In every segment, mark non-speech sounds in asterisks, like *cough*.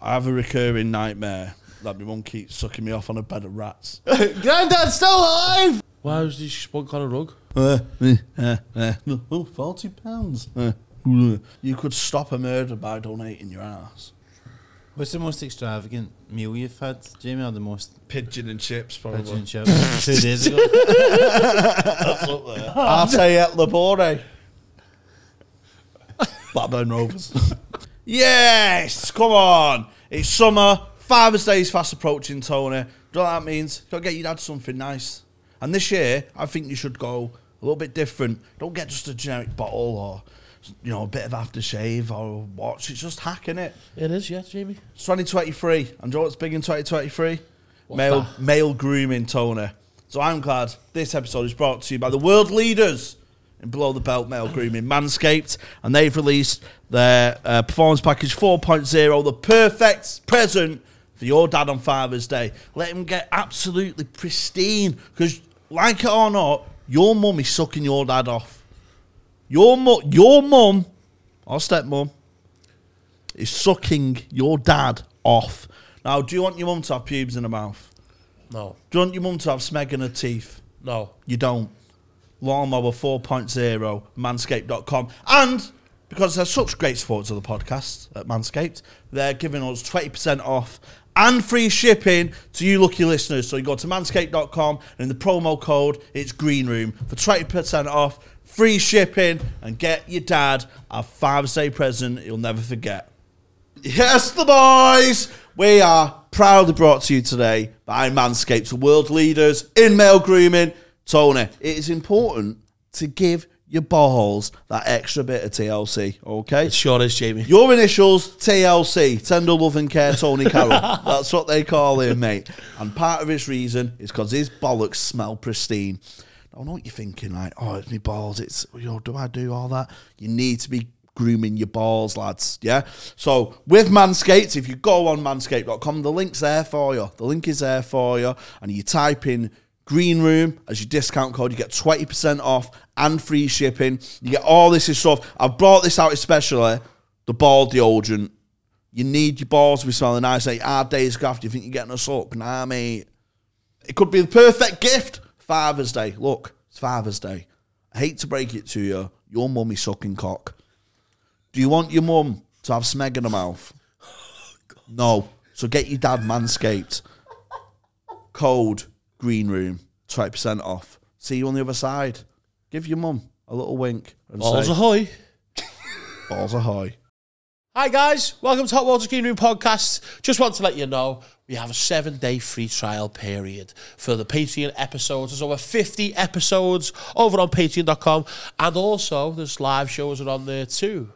I have a recurring nightmare that my mum keeps sucking me off on a bed of *laughs* rats. Granddad's still alive! Why was this spunk on a rug? Uh, uh, uh, uh, oh, 40 pounds. Uh, uh. you could stop a murder by donating your ass. What's the most extravagant meal you've had, Jamie, or the most Pigeon and chips, probably. pigeon chips two days ago? Arte et labore. eh? Blackburn Rovers. yes, come on. It's summer. Father's Day is fast approaching, Tony. Do you know what that means? Go get your dad something nice. And this year, I think you should go a little bit different. Don't get just a generic bottle or, you know, a bit of aftershave or a watch. It's just hacking it. It is, yeah, Jamie. It's 2023. And do you know what's big in 2023? What's male that? male grooming, Tony. So I'm glad this episode is brought to you by the world leaders in below the belt male grooming, Manscaped, and they've released their uh, performance package 4.0, the perfect present for your dad on Father's Day. Let him get absolutely pristine because, like it or not, your mum is sucking your dad off. Your mum, your mum, or stepmum, is sucking your dad off. Now, do you want your mum to have pubes in her mouth? No, Do you want your mum to have smeg in her teeth? no. You don't. Lawnmower 4.0, manscaped.com. And because they're such great supporters of the podcast at Manscaped, they're giving us 20% off and free shipping to you lucky listeners. So you go to manscaped.com and in the promo code, it's Green Room for 20% off, free shipping, and get your dad a Father's Day present he'll never forget. Yes, the boys! We are proudly brought to you today by Manscaped, the world leaders in male grooming. Tony, it is important to give your balls that extra bit of TLC, okay? It *laughs* sure is, Jamie. Your initials, TLC, Tender Love and Care Tony Carroll. That's what they call him, mate. And part of his reason is because his bollocks smell pristine. I know what you're thinking, like, oh, it's my balls, it's, you know, do I do all that? You need to be grooming your balls, lads, yeah? So with Manscaped, if you go on manscaped.com, the link's there for you. The link is there for you. And you type in Green Room as your discount code. You get 20% off and free shipping. You get all this stuff. I've brought this out especially the ball deodorant. You need your balls to be smelling nice. Eight hard days graft. You think you're getting a suck? Nah, mate. It could be the perfect gift. Father's Day. Look, it's Father's Day. I hate to break it to you. Your mum is sucking cock. Do you want your mum to have smeg in her mouth? No. So get your dad manscaped. Code green room, 20% off. See you on the other side. Give your mum a little wink and Balls say, ahoy. balls are high. Hi guys, welcome to Hot Water Green Room Podcast. Just want to let you know we have a seven day free trial period for the Patreon episodes. There's over 50 episodes over on patreon.com, and also there's live shows are on there too.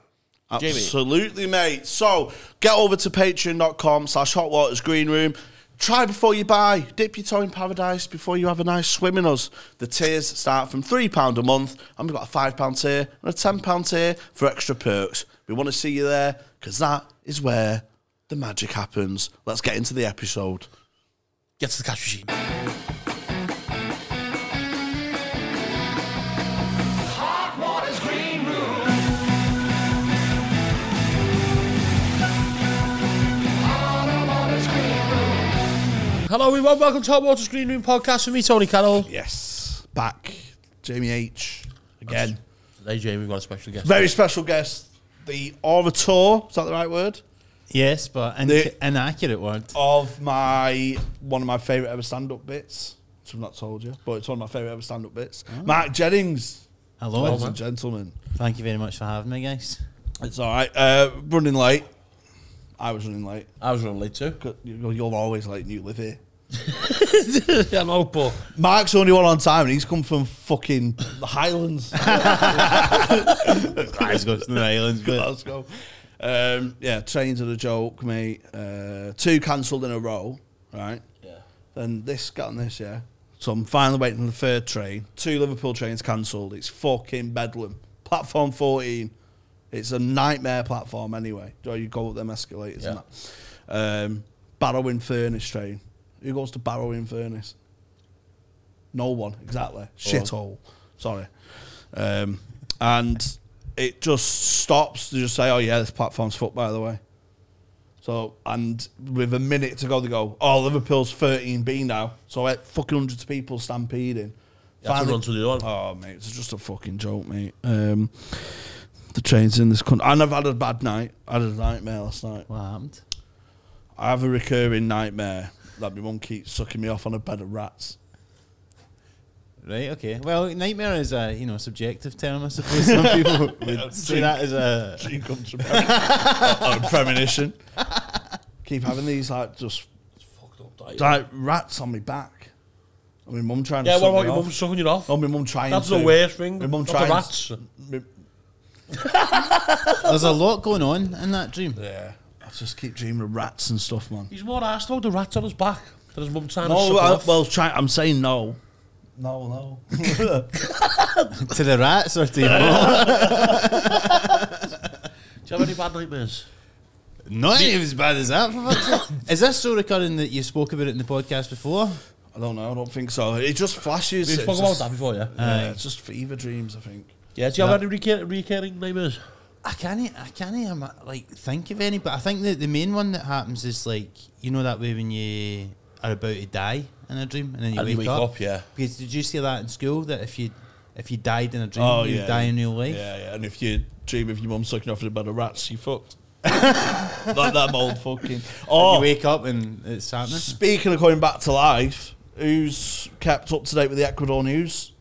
Jamie. Absolutely, mate. So get over to patreon.com slash hot waters green room. Try before you buy. Dip your toe in paradise before you have a nice swim in us. The tiers start from £3 a month, and we've got a £5 tier and a £10 tier for extra perks. We want to see you there because that is where the magic happens. Let's get into the episode. Get to the cash machine. Hello everyone, welcome to Hot Water's Green Room Podcast with me, Tony Carroll. Yes. Back. Jamie H. Again. Today, Jamie, we've got a special guest. Very special guest. The orator, is that the right word? yes, but in- The- inaccurate word. of my one of my favourite ever stand up bits. Which I've not told you, but it's one of my favourite ever stand up bits. Mark Jennings, Hello. ladies and gentlemen. Thank you very much for having me, guys. It's all right. Uh, running late. I was running late. I was running late *laughs* too. 'Cause you- You're always late. and You live here. I know, but Mark's the only one on time, and he's come from fucking the Highlands. *laughs* Guys goes to the islands, but Glasgow. Um, yeah, trains are the joke, mate. Uh, two cancelled in a row, right? Yeah. Then this, got on this, yeah. So I'm finally waiting for the third train. Two Liverpool trains cancelled. It's fucking bedlam. Platform 14. It's a nightmare platform anyway. Do you go up them escalators and Yeah. that? Um, Barrowing Furnace train. Who goes to Barrowing Furnace? No one, exactly. Oh. Shithole. Sorry. Um, and it just stops to just say, oh, yeah, this platform's fucked, by the way. So and with a minute to go, they go, "Oh, Liverpool's 13B now." So eh, fucking hundreds of people stampeding. That's a run to the other one. Oh, mate, it's just a fucking joke, mate. Um, the trains in this country, and I've had a bad night. I had a nightmare last night. What happened? I have a recurring nightmare that my mum keeps sucking me off on a bed of *laughs* rats. *laughs* Right. Okay. Well, nightmare is a you know subjective term, I *laughs* suppose. Some people would say that eh, as a She comes to *laughs* a premonition. Keep having these like just It's fucked up, that, yeah. like rats on my back. And my mum trying Yeah, to suck what about me your off. mum sucking you off? Oh, my mum trying That's to. the worst thing. My mum Not the trying. rats. my- There's a lot going on in that dream. yeah, I just keep dreaming of rats and stuff, man. He's more arsed about the rats on his back than his mum trying to No, suck I, off. well, try, I'm saying no. No, no. to the rats or to *laughs* your mum? Do you have any bad nightmares? Not even as bad as that. For fuck's *laughs* sake. is this so recurring that you spoke about it in the podcast before? *laughs* I don't know. I don't think so. It just flashes. We it's spoke about just, that before, yeah? Yeah, it's just fever dreams. I think. Yeah, do you have any recur- recurring nightmares? I can't. I can't. even, like think of any, but I think that the main one that happens is like you know that way when you are about to die in a dream and then you, And wake, you wake up. up, yeah. Because did you see that in school that if you if you died in a dream, Oh, you'd yeah. die in real life? Yeah, yeah. And if you dream of your mum sucking off a bed of rats, you fucked. *laughs* like that old fucking. You Oh, wake up and it's happening. speaking of coming back to life, who's kept up to date with the Ecuador news?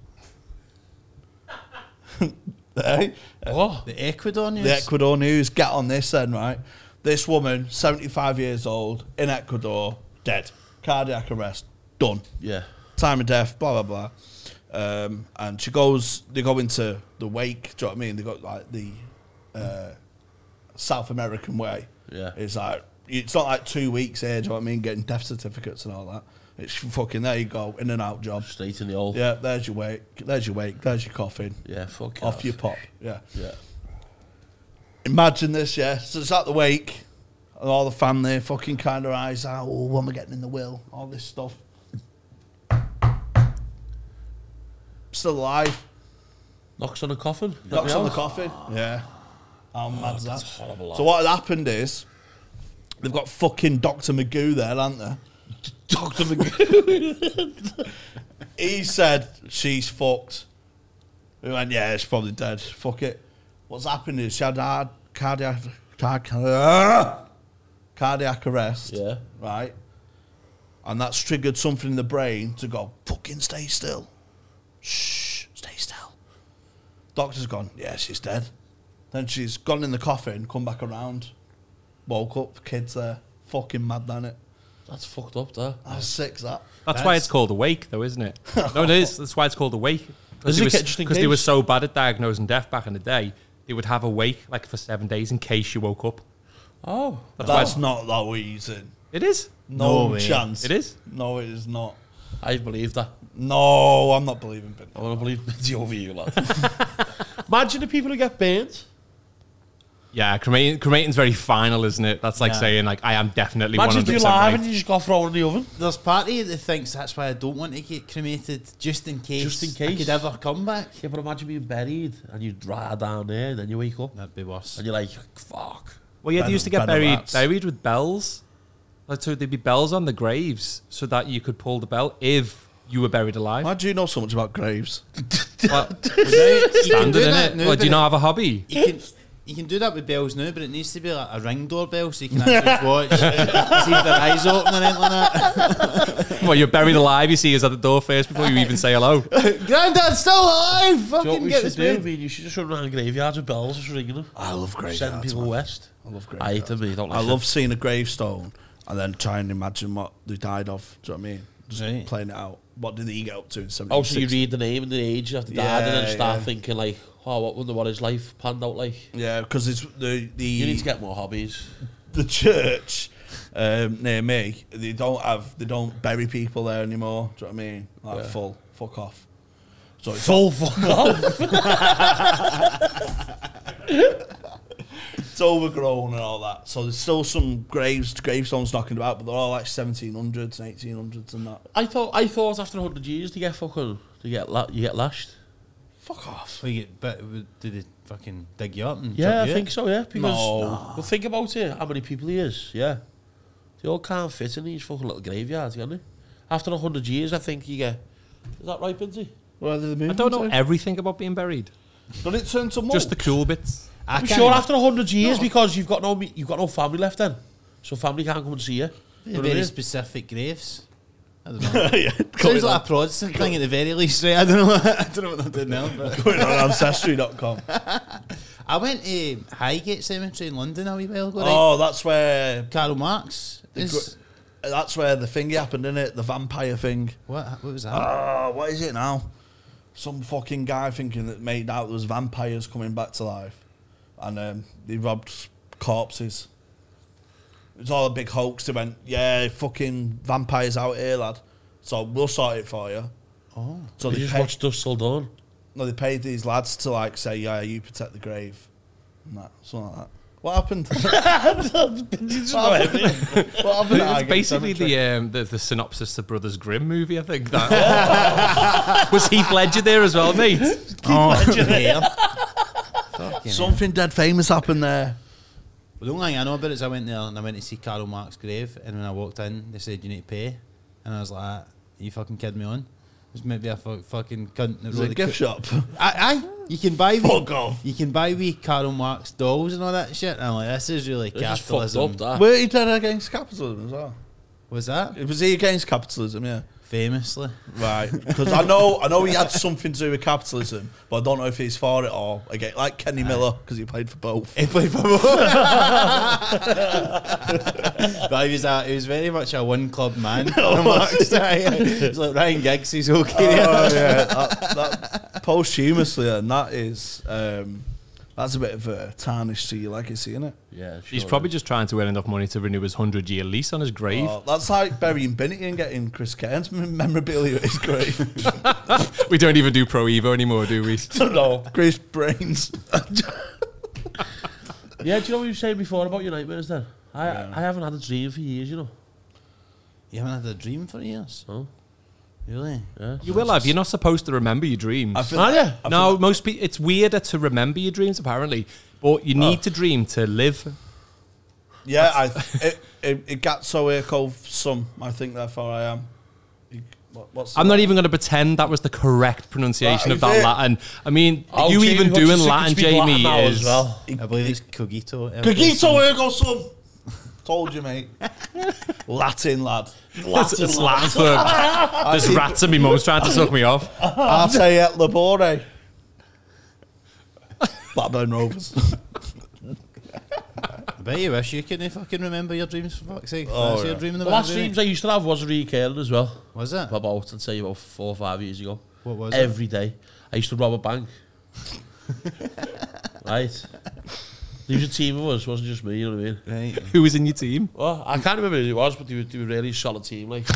*laughs* eh? What? The Ecuador news. The Ecuador news. Get on this then, right? This woman, 75 years old, in Ecuador, dead. Cardiac arrest. Done. Yeah. Time of death, blah, blah, blah. Um, and she goes, they go into the wake, do you know what I mean? They got like the uh, South American way. Yeah. It's like, it's not like two weeks here, do you know what I mean? Getting death certificates and all that. It's fucking, there you go, in and out job. Straight in the old. Yeah, there's your wake, there's your wake, there's your coffin, Yeah, fuck off off. you pop. Yeah. Yeah. Imagine this, yeah. So it's at the wake, and all the family fucking kind of eyes out. Oh, when we're getting in the will, all this stuff. Still alive. Knocks on the coffin. Knocks on the coffin. Yeah. How mad's that's that? horrible, that. So what had happened is they've got fucking Doctor Magoo there, aren't *laughs* they? Doctor McGoo. He said she's fucked. We went, yeah, she's probably dead. Fuck it. What's happened is she had hard cardiac cardiac, *laughs* cardiac arrest. Yeah. Right. And that's triggered something in the brain to go, fucking stay still. Shh, stay still. Doctor's gone, yeah, she's dead. Then she's gone in the coffin, come back around. Woke up, kids there. Fucking mad, done it? That's fucked up, that. How sick's that? That's, why it's called awake, though, isn't it? no, it is. That's why it's called awake. Is it Because they, was- just in 'cause they were case? so bad at diagnosing death back in the day, they would have awake like for seven days in case you woke up. Oh. That's why That's it's, not that reason. it is. No, No way. chance. It is. No, it is not. I believe that. No, I'm not believing Bin. I want to believe Minty over you, lad. Imagine the people who get burnt. Yeah, cremating, cremating's very final, isn't it? That's like Yeah. saying like I am definitely one Imagine if hundred you're percent live and right. you just got thrown in the oven. There's part of you that thinks that's why I don't want to get cremated, just in case. Just in I case. could ever come back. Yeah, but imagine being buried and you dry down there and then you wake up That'd be worse. and you're like, fuck. Well, yeah, Bed they used to of- get bed of buried rats. buried with bells. Like, so there'd be bells on the graves so that you could pull the bell if you were buried alive. Why do you know so much about graves? Well, do *laughs* standard in that it. now, Well, do but you not have a hobby? You can you can do that with bells now, but it needs to be like a ring doorbell so you can actually watch, see if their eyes open or anything like that. Well, you're buried alive. You see, is at the door first before you even say hello. Granddad's still Do alive! you know Fucking what we get should this do? I baby. mean, you should just run around graveyards with bells just ringing them. I love graveyards. Sending people man. west. I love graveyards. I hate them, mate. I don't like I them. love seeing a gravestone and then trying to imagine what they died of. Do you know what I mean? Just Right. playing it out. What did he get up to in 76? Oh, so you read the name and the age after Yeah, dad, and then start yeah. thinking like, oh, what wonder what his life panned out like. Yeah, because it's the the You need to get more hobbies. the church um, near me. They don't have they don't bury people there anymore. Do you know what I mean? Like Yeah. full fuck off. So it's Full *laughs* fuck off. it's overgrown and all that. So there's still some graves, gravestones knocking about, but they're all like 1700s and 1800s and that. I thought I thought after hundred years to get fucking to get la- you get lashed. Fuck off. Well, you get, but do they fucking dig you up and Yeah, chuck I you think out? so, yeah. Because No. well, think about it, how many people he is, yeah. They all can't fit in these fucking little graveyards, can they? After a hundred years, I think you get. Is that right, Binti? Where did they I move don't know them everything about being buried. to? Did it turn to mulch? Just the cool bits. I I'm can't sure even- after a hundred years, because you've got no me- you've got no family left then, so family can't come and see you. You know They're what I very mean? specific graves. I *laughs* don't know. yeah, going, Sounds like a Protestant thing at the very least, right? I don't know. *laughs* I don't know what they're doing now. But on, going on ancestry.com. I went to Highgate Cemetery in London a wee while ago. Right? Oh, that's where Karl Marx. the Is, gr- that's where the thing happened, is it? The vampire thing. what? What was that? Ah, what is it now? Some fucking guy thinking that made out there was vampires coming back to life, and um, they robbed corpses. It was all a big hoax. They went, "Yeah, fucking vampires out here, lad. So we'll sort it for you." oh, So You they just paid, watch Dust Till *laughs* Dawn. no, they paid these lads to like say, "Yeah, you protect the grave," and that, something like that. What *laughs* happened? what happened? what happened? at It's Highgate basically Cemetery? the, um, the the synopsis of Brothers Grimm movie. I think that *laughs* *laughs* was Heath Ledger there as well, mate. something dead famous happened there. Well, the only thing I know about it is I went there and I went to see Karl Marx's grave, and when I walked in, they said you need to pay, and I was like, "Are you fucking kidding me on?" It was maybe a fu- fucking cunt. It That was wrote a the gift co- shop. Aye, aye. You can buy Fuck wee, off. you can buy wee Karl Marx dolls and all that shit. And I'm like, this is really It's just fucked capitalism. up. That. *laughs* Were he dead against capitalism as well? Was that It was he against capitalism, yeah. famously? *laughs* Right, because I know I know he had something to do with capitalism, but I don't know if he's for it or again, like Kenny Miller because he played for both. He played for *laughs* both. but he was, a, he was very much a one club man. *laughs* He's like Ryan Giggs, he's okay. *laughs* Oh, *laughs* yeah, that, that posthumously, and that is um, that's a bit of a tarnish to your legacy, isn't it? Yeah, He's sure. probably just trying to earn enough money to renew his hundred year lease on his grave, Oh, that's like burying Binnity and getting Chris Cairns mem- memorabilia at his *laughs* grave. We don't even do Pro Evo anymore, do *laughs* we? no, Chris *laughs* Brains. Yeah, do you know what you were saying before about your nightmares? Then I I haven't had a dream for years. You know. You haven't had a dream for years? No. Really? Yeah. You will have. You're not supposed to remember your dreams. I feel, Are you? no, most people. It's weirder to remember your dreams, apparently. But you Oh. need to dream to live. yeah, I, it, it, it got so echo some. I think therefore I am. You- What, what's the I'm not word? even going to pretend that was the correct pronunciation That of Uh, is that it. Latin. I mean, Oh, you Jamie, even what doing you Latin, speak Latin Jamie, now as is well. Oh, I believe it's Cogito. Cogito ergo sum. Told you, *laughs* mate. Latin lad. It's, it's *laughs* Latin for *laughs* *laughs* there's rats and my mum's trying to suck me off. *laughs* Arte et labore. Blackburn Rovers. *laughs* I bet you wish you couldn't fucking remember your dreams for fuck's sake. Oh, That's your yeah. dream in the The last world, really. dreams I used to have was recurring as well. Was it? About I'd say about four or five years ago. What was it? Every day, I used to rob a *laughs* bank. right. There was a team of us, wasn't just me, you know what I mean? Right. Who was in your team? Well, I can't remember who it was, but they were, they were a really solid team, *laughs* like.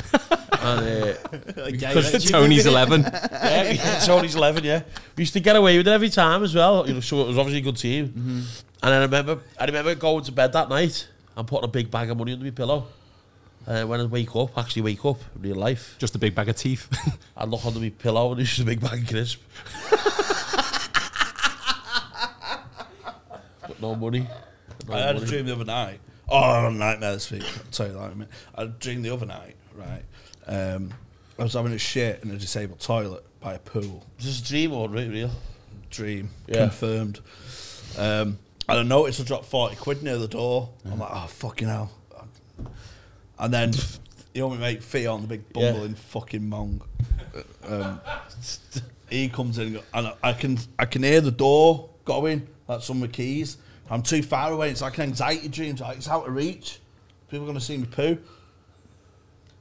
and, uh, Because Tony's *laughs* eleven. yeah, yeah, Tony's 11, yeah. We used to get away with it every time as well, you know, so it was obviously a good team. Mm-hmm. And I remember, I remember going to bed that night and putting a big bag of money under my pillow. And then when I wake up, actually wake up in real life, Just a big bag of teeth. *laughs* I look under my pillow and it's just a big bag of crisp. but no money. No I had a money. dream the other night. Oh, I had a nightmare this week. I'll tell you that in a minute. I had a dream the other night, right? Um, I was having a shit in a disabled toilet by a pool. Just a dream or right, real? dream Yeah. confirmed. Um, and I noticed I dropped forty quid near the door. I'm like, oh fucking hell! And then you know, my mate Theon, the big Yeah. bumbling fucking mong, um, he comes in and, go, and I, I can I can hear the door going. That's on the keys. I'm too far away. It's like an anxiety dream. It's, like, it's out of reach. People are gonna see me poo.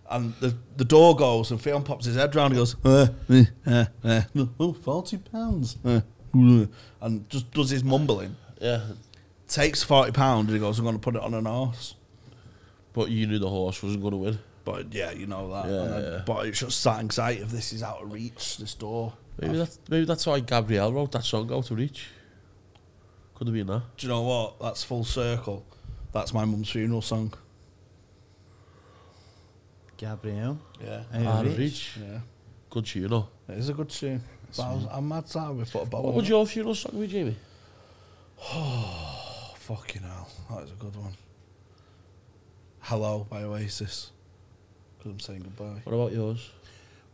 And the, the door goes, and Theon pops his head round and goes, uh, uh, uh, uh, oh, 40 pounds. Uh, uh," and just does his mumbling. Yeah. Takes £40 pound and he goes, I'm going to put it on an horse. But you knew the horse wasn't going to win. But yeah, you know that. Yeah, And then- yeah. But it's just that anxiety of this is out of reach, this door. Maybe that's, maybe that's why Gabrielle wrote that song Out of Reach. Could have been that. Do you know what? That's full circle. That's my mum's funeral song. Gabriel. Yeah. Out of Out of Reach. Reach. Ah, Yeah. Good tune, though. It is a good tune. But I was, I'm mad sad we put a bow What on would it. your funeral song be, Jamie? Oh, fucking hell. That is a good one. Hello by Oasis. Because I'm saying goodbye. What about yours?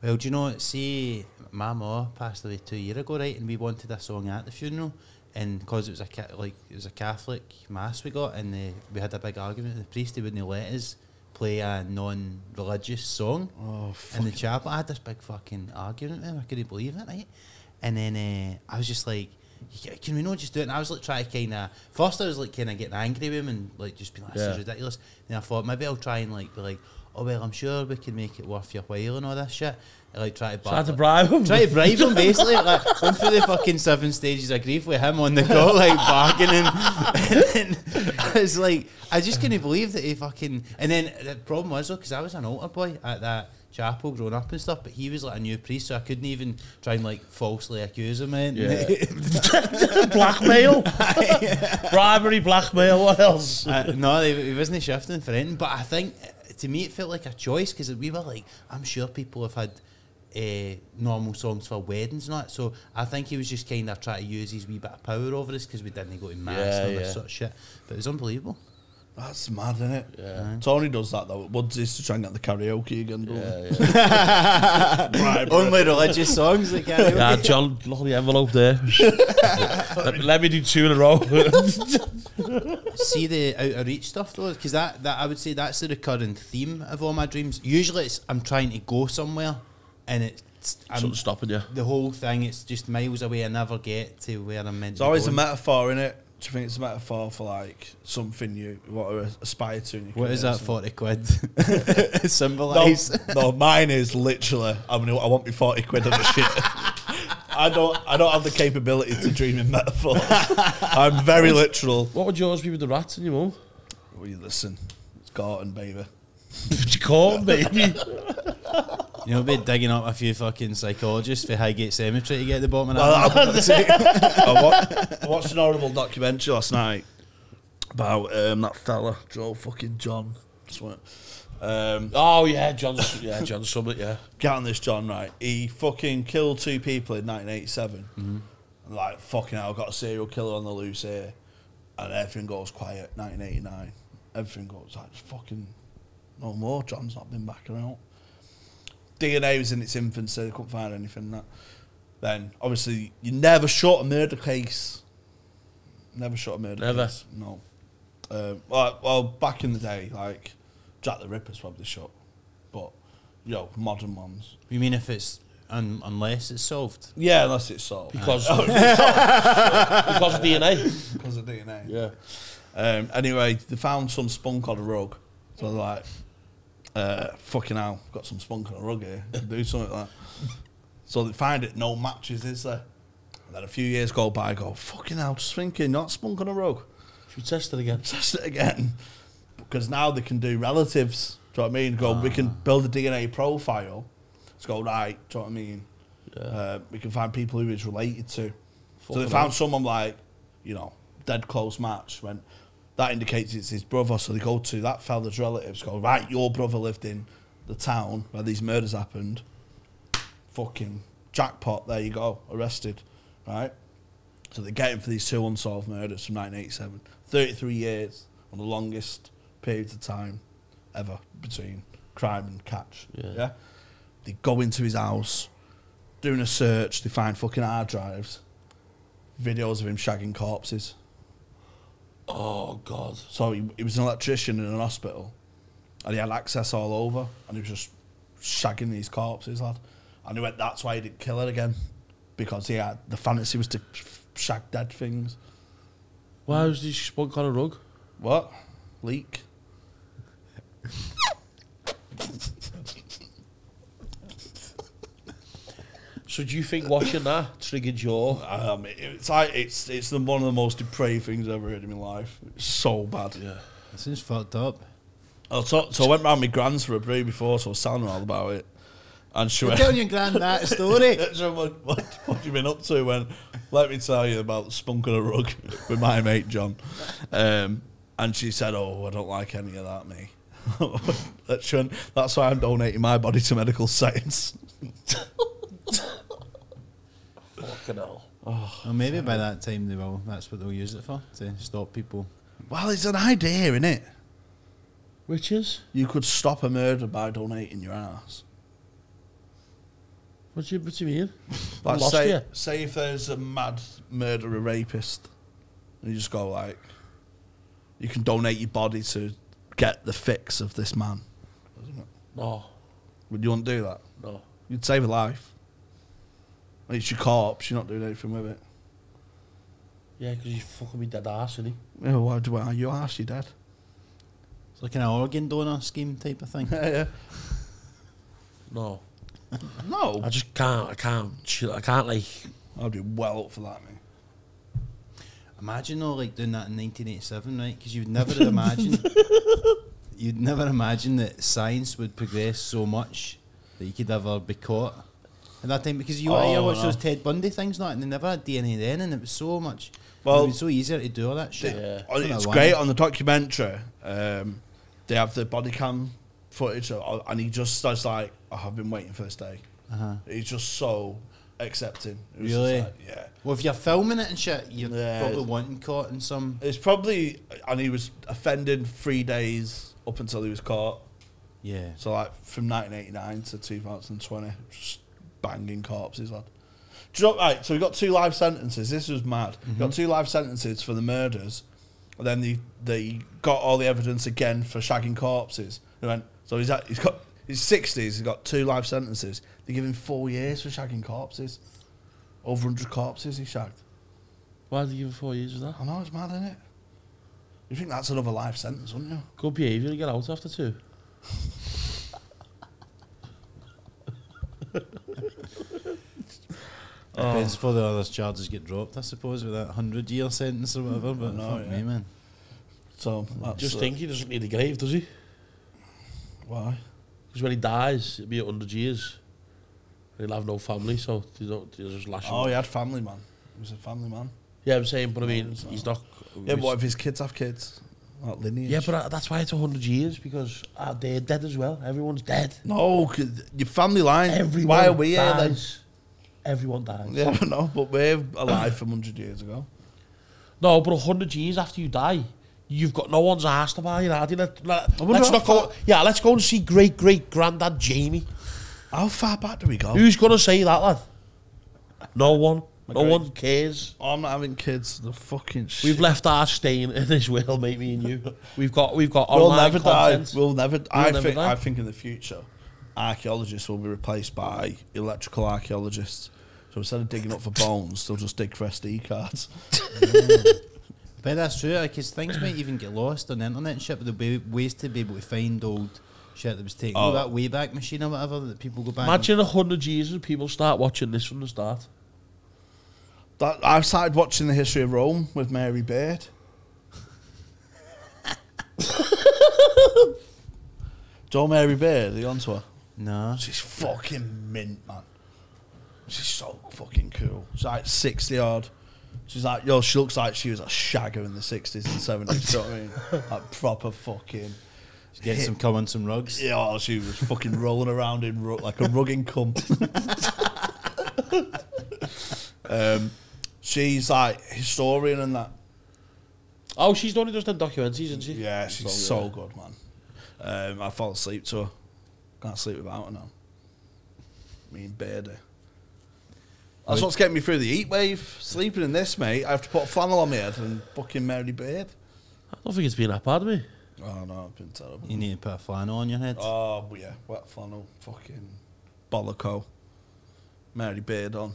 Well, do you know, see, my ma passed away two years ago, right? And we wanted a song at the funeral, and because it was a ca- like it was a Catholic mass we got, and they, we had a big argument. with The priest he wouldn't let us play a non-religious song Oh, in fuck. the chapel. I had this big fucking argument with him. I couldn't believe it, right? And then uh, I was just like, "Yeah, can we not just do it? And I was like trying to kind of, first I was like kind of getting angry with him and like just being like, this Yeah. is ridiculous. Then I thought, maybe I'll try and like be like, oh, well, I'm sure we can make it worth your while and all this shit. I like try to, I had bar- to bribe him. Try to bribe him basically. Like, went through the fucking seven stages of grief with him on the go, like bargaining. *laughs* and then I was like, I just couldn't believe that he fucking. And then the problem was though, because I was an altar boy at that chapel growing up and stuff, but he was like a new priest, so I couldn't even try and like falsely accuse him. And blackmail. *laughs* Bribery, blackmail, what else? uh, no, he, he wasn't shifting for anything. But I think uh, to me it felt like a choice because we were like, I'm sure people have had uh, normal songs for weddings, and all that. So I think he was just kind of trying to use his wee bit of power over us because we didn't go to mass Yeah, and all yeah. this sort of shit. But it was *laughs* unbelievable. *laughs* That's mad, isn't it? Yeah. Tony does that, though. Woods is to try and get the karaoke again, doesn't he? Only religious songs that can. Nah, John, look at the envelope there. let, *laughs* let me do two in a row. see the out of reach stuff though, because that, that I would say that's the recurring theme of all my dreams. Usually, it's I'm trying to go somewhere, and it's I'm, Something stopping you. the whole thing. It's just miles away. I never get to where I'm meant. It's to always go. a metaphor, isn't it? Do you think it's a metaphor for like something you want to aspire to? in your What career is or that something? forty quid? *laughs* No, Symbolise. *laughs* no, mine is literally. I mean, I want me forty quid on the shit. I don't. I don't have the capability to dream in metaphors. I'm very literal. What would yours be with the rats and your mum? Will you listen? It's Garton, baby. *laughs* She caught me. You know, be digging up a few fucking psychologists for Highgate Cemetery to get the bottom of that. Well, *laughs* I, I, wa- I watched an horrible documentary last night about um, that fella, Joe fucking John. Swear. Um, *laughs* oh, yeah, John, yeah, John Summit, yeah. get on this, John, right? He fucking killed two people in 1987. Like, fucking hell, got a serial killer on the loose here. And everything goes quiet, 1989. Everything goes like, just fucking no more. John's not been back around. DNA was in its infancy, they couldn't find anything. That Then, obviously, you never shot a murder case. Never shot a murder Never. case. No. Um, like, well, back in the day, like, Jack the Ripper's probably shot. But, you know, modern ones. You mean if it's un- unless it's solved? Yeah, unless it's solved. *laughs* Because, because of *laughs* DNA. because of DNA. Yeah. Um, anyway, they found some spunk on a rug. So they're like, uh, fucking hell, got some spunk on a rug here. *laughs* Do something like that. So they find it, no matches, is there? And then a few years go by, I go, fucking hell, just thinking, not spunk on a rug. Should we test it again? Test it *laughs* again. Because now they can do relatives. Do you know what I mean? Go, we can build a DNA profile. Let's go, right, do you know what I mean? Uh, we can find people who it's related to. so they Fucking found someone like, you know, dead close match when that indicates it's his brother. So they go to that fella's relatives, go, right, your brother lived in the town where these murders happened. Fucking jackpot, there you go, arrested, right? So they get him for these two unsolved murders from 1987. 33 years on the longest period of time ever between crime and catch. Yeah. yeah? They go into his house, doing a search, they find fucking hard drives, videos of him shagging corpses. Oh, God. So he, he was an electrician in an hospital, and he had access all over, and he was just shagging these corpses, lad. And he went, that's why he didn't kill her again, because he had the fantasy was to shag dead things. Why was this spunk on a rug? What? Leak? So do you think watching that triggered your... Um, it- it's like it's it's the, one of the most depraved things I've ever heard in my life. It's so bad. Yeah. It seems fucked up. Oh, so, so I went round my grand's for a brew before, so I was telling her all about it, and she went. *laughs* Tell your grand that story. So what, what, what have you been up to? When let me tell you about spunk on a rug *laughs* with my mate John, um, and she said, "Oh, I don't like any of that, me." *laughs* That she went, That's why I'm donating my body to medical science. Fucking hell. *laughs* Well, maybe by that time they will. That's what they'll use it for to stop people. Well, it's an idea, isn't it? Which is? You could stop a murder by donating your ass. What do you, what do you mean? Like, Lost say, ya. say if there's a mad murderer rapist, and you just go like, you can donate your body to get the fix of this man. No, Would you want to do that? no. You'd save a life. And It's your corpse. You're not doing anything with it. Yeah, because he's fucking me dead ass, isn't he? Yeah, why do I? You ass, you dead. It's like an organ donor scheme type of thing. yeah. No. No. I just can't, I can't, chill- I can't, like, I'd be well up for that, man. Imagine though, like doing that in 1987, right? Because you'd never *laughs* have imagined, you'd never imagine that science would progress so much that you could ever be caught at that time. Because you, Oh, you watch no. those Ted Bundy things, not, and they never had DNA then, and it was so much. Well- it was so easier to do all that shit. Yeah. Oh, I don't know It's why. great on the documentary. Um, they have the body cam footage, of, and he just starts like, oh, "I've been waiting for this day." Uh-huh. He's just so accepting. It was Really? just like, yeah. Well, if you're filming it and shit, you're Yeah. probably wanting caught in some. It's probably, and he was offended three days up until he was caught. Yeah. So like from 1989 to 2020, just banging corpses, lad. Do you know, right, so we got two life sentences. This was mad. Got two life sentences for the murders, and then they they got all the evidence again for shagging corpses. They went, so he's at, he's got his 60s. He's got two life sentences. They give him four years for shagging corpses. Over 100 corpses he shagged. why did you give him four years for that? I know it's mad, isn't it? You think that's another life sentence, wouldn't you? Good behaviour to get out after two. Oh. Depends before the other charges get dropped, I suppose, with that 100 year sentence or whatever. But know, fuck yeah. me, man. So that's Just uh, think he doesn't need a grave, does he? why. Because when he dies, it'll be 100 years. And he'll have no family, so they don't, they'll just lash him. Oh, he had family man. He was a family man. Yeah, I'm saying, but I mean, he's not... Oh, Yeah, but what if his kids have kids? Like lineage? Yeah, but uh, that's why it's 100 years, because uh, they're dead as well. Everyone's dead. no, 'cause your family line. Everyone why are we here then? dies. Everyone dies. Yeah, I know, but we're alive from 100 years ago. No, but 100 years after you die, you've got no one's asked about you, had you? Let, let, wonder let's how not go... Yeah, let's go and see great-great-granddad Jamie. How far back do we go? Who's going to say that, lad? No one. My No great- one cares. Oh, I'm not having kids. The fucking shit. We've left our stain in this world, mate, me and you. We've got, we've *laughs* got we'll online never content. die. We'll never. I never think. die. I think in the future, archaeologists will be replaced by electrical archaeologists. So instead of digging up for bones, they'll just dig for SD cards. But that's true, because things might even get lost on the internet and shit, but there'll be ways to be able to find old shit that was taken. Oh. Oh. That Wayback Machine or whatever that people go back. and- Imagine a hundred years and people start watching this from the start. That I started watching the history of Rome with Mary Beard. Joe Mary Beard, are you onto her? Nah. She's fucking mint, man. She's so fucking cool. She's like 60 odd. She's like, yo, she looks like she was a shagger in the 60s and 70s. you know what I mean? Like, proper fucking. Get some cum on some rugs. Yeah, oh, she was fucking rolling around in ru- like a rugging cum. *laughs* um, she's like historian and that. Oh, she's only just done documentaries, isn't she? Yeah, she's so good, man. Um, I fall asleep to her. Can't sleep without her now. Me and Beardy. That's what's getting me through the heat wave. Sleeping in this, mate. I have to put a flannel on my head and fucking Mary Beard. I don't think it's been that bad, me. Oh no, I've been terrible. You need to put a flannel on your head. Oh but yeah, wet flannel, fucking bolloco, Mary Beard *laughs* on.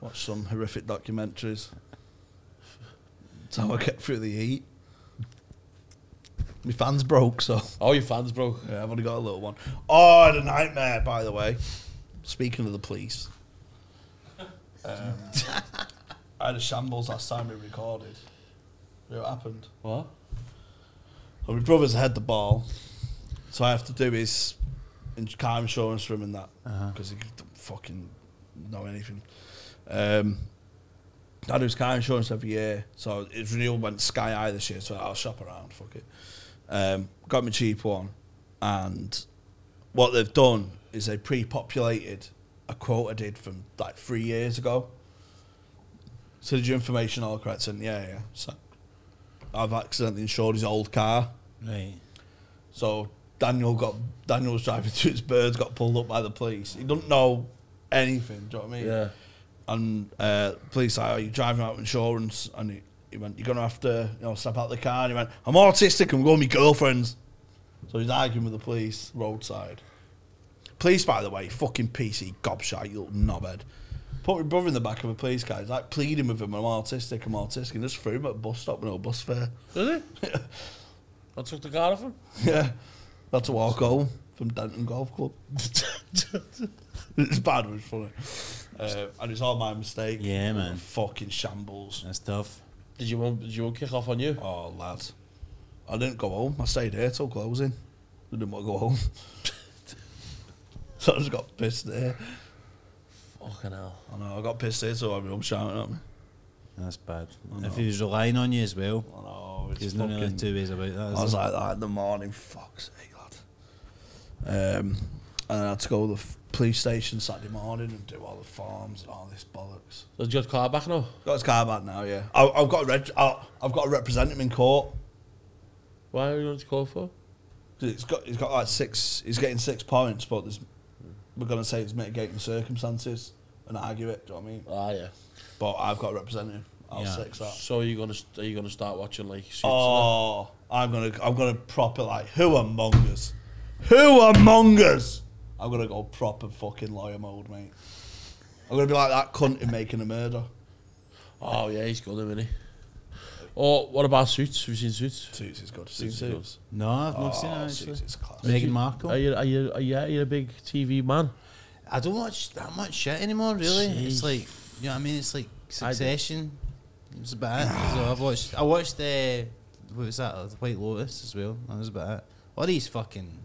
Watch some horrific documentaries. That's how I get through the heat. My fans broke, so Oh, your fans broke. yeah, I've only got a little one. Oh, I had a nightmare, by the way. Speaking of the police, *laughs* um, I had a shambles last time we recorded. You know what happened? What? Well, my brother's had the ball, so I have to do his in- car insurance for him and that because he don't fucking know anything. Um, I do his car insurance every year, so his renewal went sky high this year. So I'll shop around. Fuck it. Um, got me cheap one, and what they've done is they pre-populated a quote I did from like three years ago. So did your information all correct? And yeah, yeah. So I've accidentally insured his old car. Right. So Daniel got Daniel was driving *laughs* to his birds, got pulled up by the police. He doesn't know anything. Do you know what I mean? Yeah. And uh, police like, "Are you driving out insurance?" And he, he went, "You're gonna have to, you know, step out the car." And he went, "I'm autistic. I'm going with my girlfriends." So he's arguing with the police roadside. Police, by the way, fucking PC gobshite, you little knobhead. Put my brother in the back of a police car. He's like pleading with him, "I'm autistic. I'm autistic." And just threw him at a bus stop with no bus fare. Did he? *laughs* I took the car off him. Yeah, that's a walk home from Denton Golf *laughs* Club. it's bad, but it's funny. Uh, and it's all my mistake. Yeah, man. Fucking shambles. That's tough. Did you want? Did you want kick off on you? Oh, lad. I didn't go home. I stayed here till closing. I didn't want to go home. *laughs* so I just got pissed there. Oh, Fucking hell. I know, I got pissed here, so everyone shouting at me. That's bad. know. If he was relying on you as well, I know, Oh, it's there's no fucking... really two ways about that. Is I was there? like that in the morning. Fuck's sake, lad. Um, and I had to go to the f- police station Saturday morning and do all the forms and all this bollocks. So did you got the car back now? Got his car back now. Yeah, I, I've got a reg- I, I've got to represent him in court Why are you going to call for? 'Cause it's got he's got like six. He's getting six points, but there's, we're gonna say it's mitigating circumstances and argue it. Do you know what I mean? Ah, yeah. But I've got to represent him. I'll Yeah. six that. So are you gonna are you gonna start watching like? Suits Oh, I'm gonna I'm gonna proper like who among us, who among us. I'm gonna go proper fucking lawyer mode, mate. I'm gonna be like that cunt in making a murder. and that? oh yeah, he's good, isn't he? Oh, what about suits? Have you seen suits? Suits is good. Suits is good. Suits. no, I've not seen Oh, that Suits actually. is class. Meghan Markle. Are you are you are you, are you a big TV man? I don't watch that much shit anymore. Really, Jeez. it's like you know what I mean. It's like Succession. It's about it. so I've watched. I watched the what was that? The White Lotus as well. That was about it. All these fucking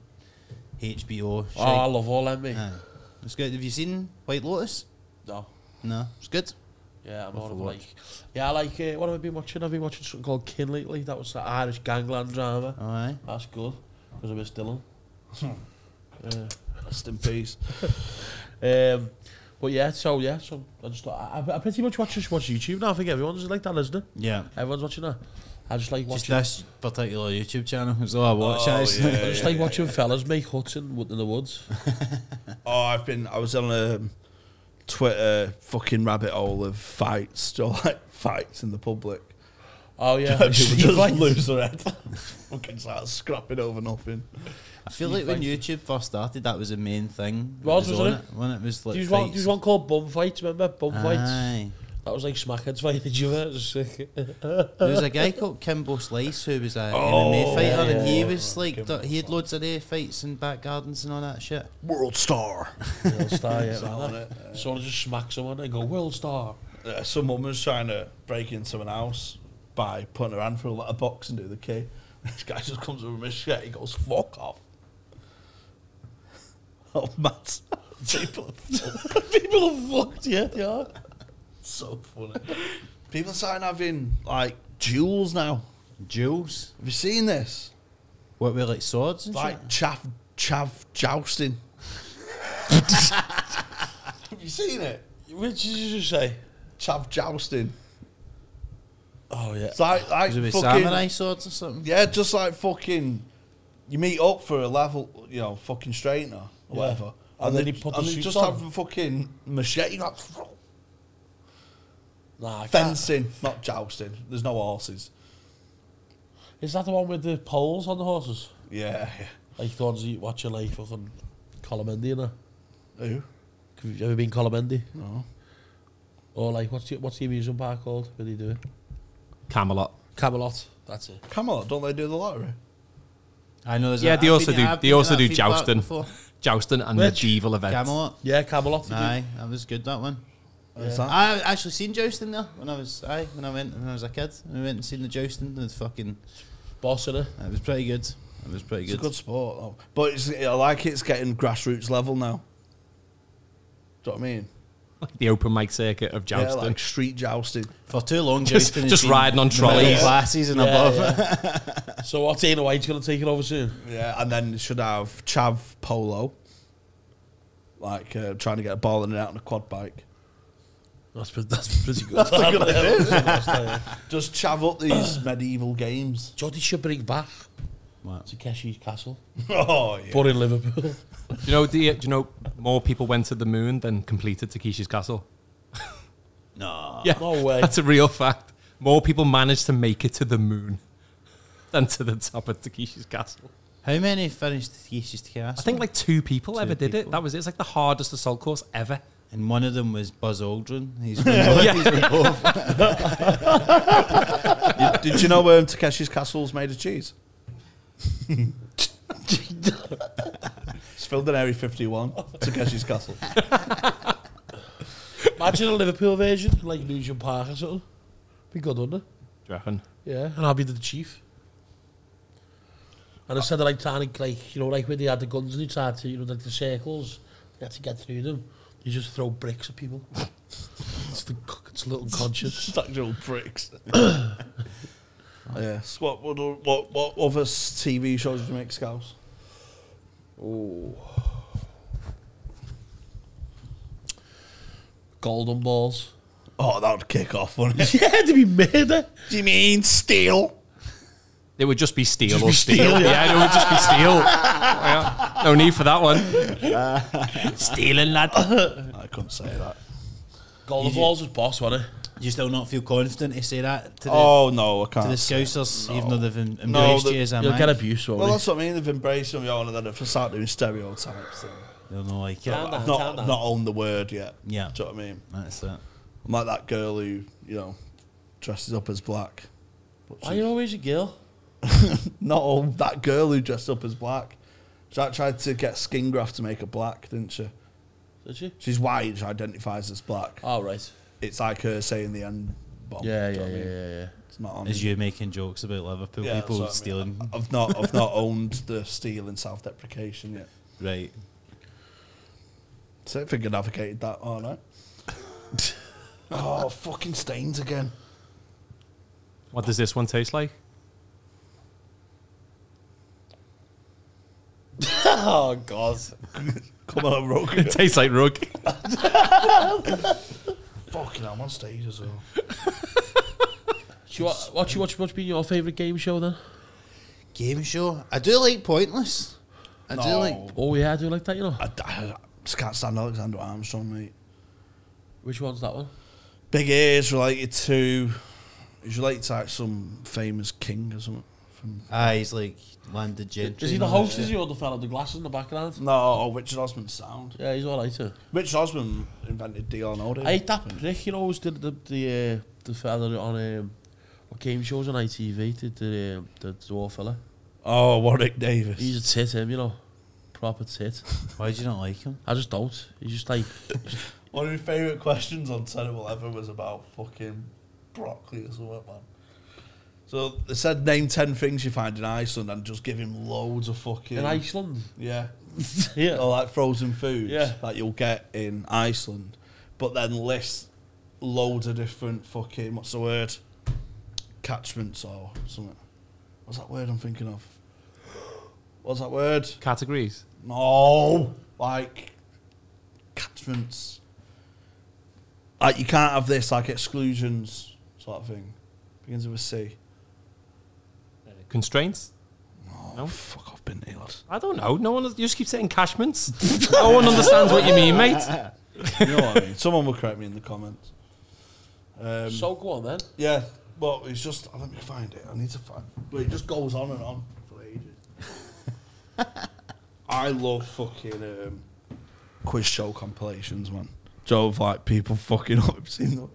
HBO. Shit. Oh, I love all them, mate. Aye. it's good. Have you seen White Lotus? No. No, it's good. Yeah, I'm Have all to of watch. like, yeah, I like uh, what have I been watching? I've been watching something called Kin lately. That was the Irish gangland drama. All right. That's good because I miss Dylan. uh, Rest in peace. Um, but yeah, so yeah, so I just I, I- I pretty much watch just watch YouTube now. I think everyone's like that, isn't it? Yeah. Everyone's watching that. I just like Just watching. this particular YouTube channel is all I watch. Oh, actually. yeah. I just like watching fellas make huts in, wo- in the woods. Oh, I've been. I was on a Twitter fucking rabbit hole of fights, *laughs* do you know, like fights in the public. Oh *laughs* yeah, People Street *laughs* just fights. lose their head. *laughs* fucking start scrapping over nothing. *laughs* I feel like when YouTube first started, that was the main thing. that Was, wasn't on it? When it was like There was, one, there fights. was one called bum fights. Remember bum fights? Aye. That was like smackheads fighting each other. It was like- There was a guy called Kimbo Slice who was a Oh, MMA fighter, and he yeah. was like th- he had loads of air fights in back gardens and all that shit. World star. World star, yeah. Selling man. it, Someone just smack someone and go world star. uh, some woman's trying to break into an house by putting her hand through a letterbox and do the key. *laughs* This guy just comes over with a machete. He goes, "Fuck off." *laughs* Oh, Matt. *laughs* People are *laughs* People are fucked. Yeah, they are. so funny. People are starting having like duels now. Duels, Have you seen this? what were like swords and shit. Like chaff, chaff jousting. *laughs* Have you seen it? What did you just say? Chaff jousting. Oh yeah. It's like, like Was it with fucking- samurai swords or something? Yeah, just like fucking, you meet up for a level, you know, fucking straightener or Yeah. whatever, And and, then they, he put the and they suits just on. have a fucking machete, like, Nah, I can't. fencing, not jousting. There's no horses. Is that the one with the poles on the horses? Yeah, Like the ones you watch your like fucking Colomendi and that. yeah. Who? Have you ever been Colomendi? No. Or like what's the what's the amusement park called? What do you do? it? Camelot. Camelot. That's it. Camelot, don't they do the lottery? I know. there's Yeah, a- they I've also been to- do- I've they been to also that do theme park jousting. before. Jousting and Which? medieval events. Camelot. Yeah, Camelot. you do. Aye, that was good. That one. Is that? I actually seen jousting there when I was aye when I went when I was a kid. We went and seen the jousting. And it's fucking. Boss in it. It was pretty good. It was pretty it's good. a good sport, though. But it's, I like it's getting grassroots level now. Do you know what I mean? Like the open mic circuit of Yeah, jousting. like street jousting. For too long, *laughs* Just- jousting has just been riding on the middle trolleys. glasses and Yeah, above. yeah. so what's Dana White's gonna take it over soon? Yeah, and then they should have chav polo. like uh, trying to get a ball in and out on a quad bike. That's, pre- that's pretty good. *laughs* that's Just chav up these medieval games. Jody should bring back What? Takeshi's Castle, *laughs* Oh, yeah. but in Liverpool. Do you know? Do you, do you know more people went to the moon than completed Takeshi's Castle? *laughs* No. *laughs* Yeah, no way. That's a real fact. More people managed to make it to the moon than to the top of Takeshi's Castle. How many finished Takeshi's Castle? I think like two people ever did it. people. That was it. It's like the hardest assault course ever. and one of them was Buzz Aldrin. *laughs* He's Did you know um, Takeshi's Castle's made of *laughs* cheese? it's filled in Area 51, Takeshi's Castle. *laughs* Imagine a Liverpool version, like Nugent Park or something. Be good, wouldn't it? Do you reckon? Yeah, and I'll be the chief. And instead of like trying to, like, you know, like when they had the guns and they tried to, you know, like the circles, they had to get through them. You just throw bricks at people. it's, the, it's a little conscious. Actual *laughs* pricks. yes. Oh, What, what, what, what other s- TV shows did you make, Scouse? Golden balls. *laughs* Oh, that would kick off, wouldn't it? yeah, to be murder. *laughs* Do you mean steel? It would just be steel Just or be steel. steel, yeah. it would just be steel. *laughs* Yeah, No need for that one. Stealing lad. I couldn't say that. Golden balls was boss, wasn't it? Do you still not feel confident to say that to the, oh, no, I to can't. the Scousers, even though they've em- No, embraced the- you as a You'll man? get abuse, won't well, you? that's what I mean. They've embraced me on and then if I start doing stereotypes, then They'll know like it. I've not, I've not owned the word yet. Yeah. Do you know what I mean? That's it. I'm like that girl who, you know, dresses up as black. But Why are you always a girl? Not all that girl who dressed up as black. She like, tried to get skin graft to make her black, didn't she? Did you? She's white. She identifies as black. All right. It's like her saying the end bomb. Yeah, do you know yeah, what yeah, I mean? yeah, yeah. It's not on. Is you making jokes about Liverpool Yeah, that's people what I mean. stealing? I've not. I've not owned the steel and self-deprecation yet. Right. So I think I navigated that all right. oh, fucking stains again. What does this one taste like? Oh God. *laughs* Come on, Rook. *laughs* It tastes like rug. fucking, I'm on stage as well. Do you what? What you watch? What's been your favourite game show then? Game show. I do like Pointless. I do No. like. Oh yeah, I do like that. You know. I, I just can't stand Alexander Armstrong, mate. Which one's that one? Big ears related to. He's related to like some famous king or something. From, Ah, he's like landed gentry. Is he and the all that host? shit. Is he or the fella with the glasses in the background? no, oh, Richard Osman's sound. Yeah, he's eh? all right too. Richard Osman invented DL No, I hate that prick. You know, always did the the uh, the fella on um, what game shows on ITV? Did the um, the dwarf fella? Oh, Warwick Davis. He's a tit, him. You know, proper tit. Why do you not like *laughs* him? I just don't. He's just like One of my favourite questions on Terrible Ever was about fucking broccoli or something, man. So they said name 10 things you find in Iceland and just give him loads of fucking. in Iceland. *laughs* Yeah. yeah. or like frozen foods Yeah. that you'll get in Iceland, but then list loads of different fucking what's the word catchments or something. What's that word I'm thinking of? What's that word? Categories. No, like catchments. Like you can't have this like exclusions sort of thing. Begins with a C. Constraints. Oh, No. fuck off, been here, lad. I don't know. No one. You just keep saying cashments. no one understands what you mean, mate. You know what I mean? Someone will correct me in the comments. Um, So go on then. Yeah, but it's just oh, let me find it. I need to find. But it just goes on and on for ages. *laughs* I love fucking um, quiz show compilations, man. Joe, like people fucking *laughs* up. I've seen the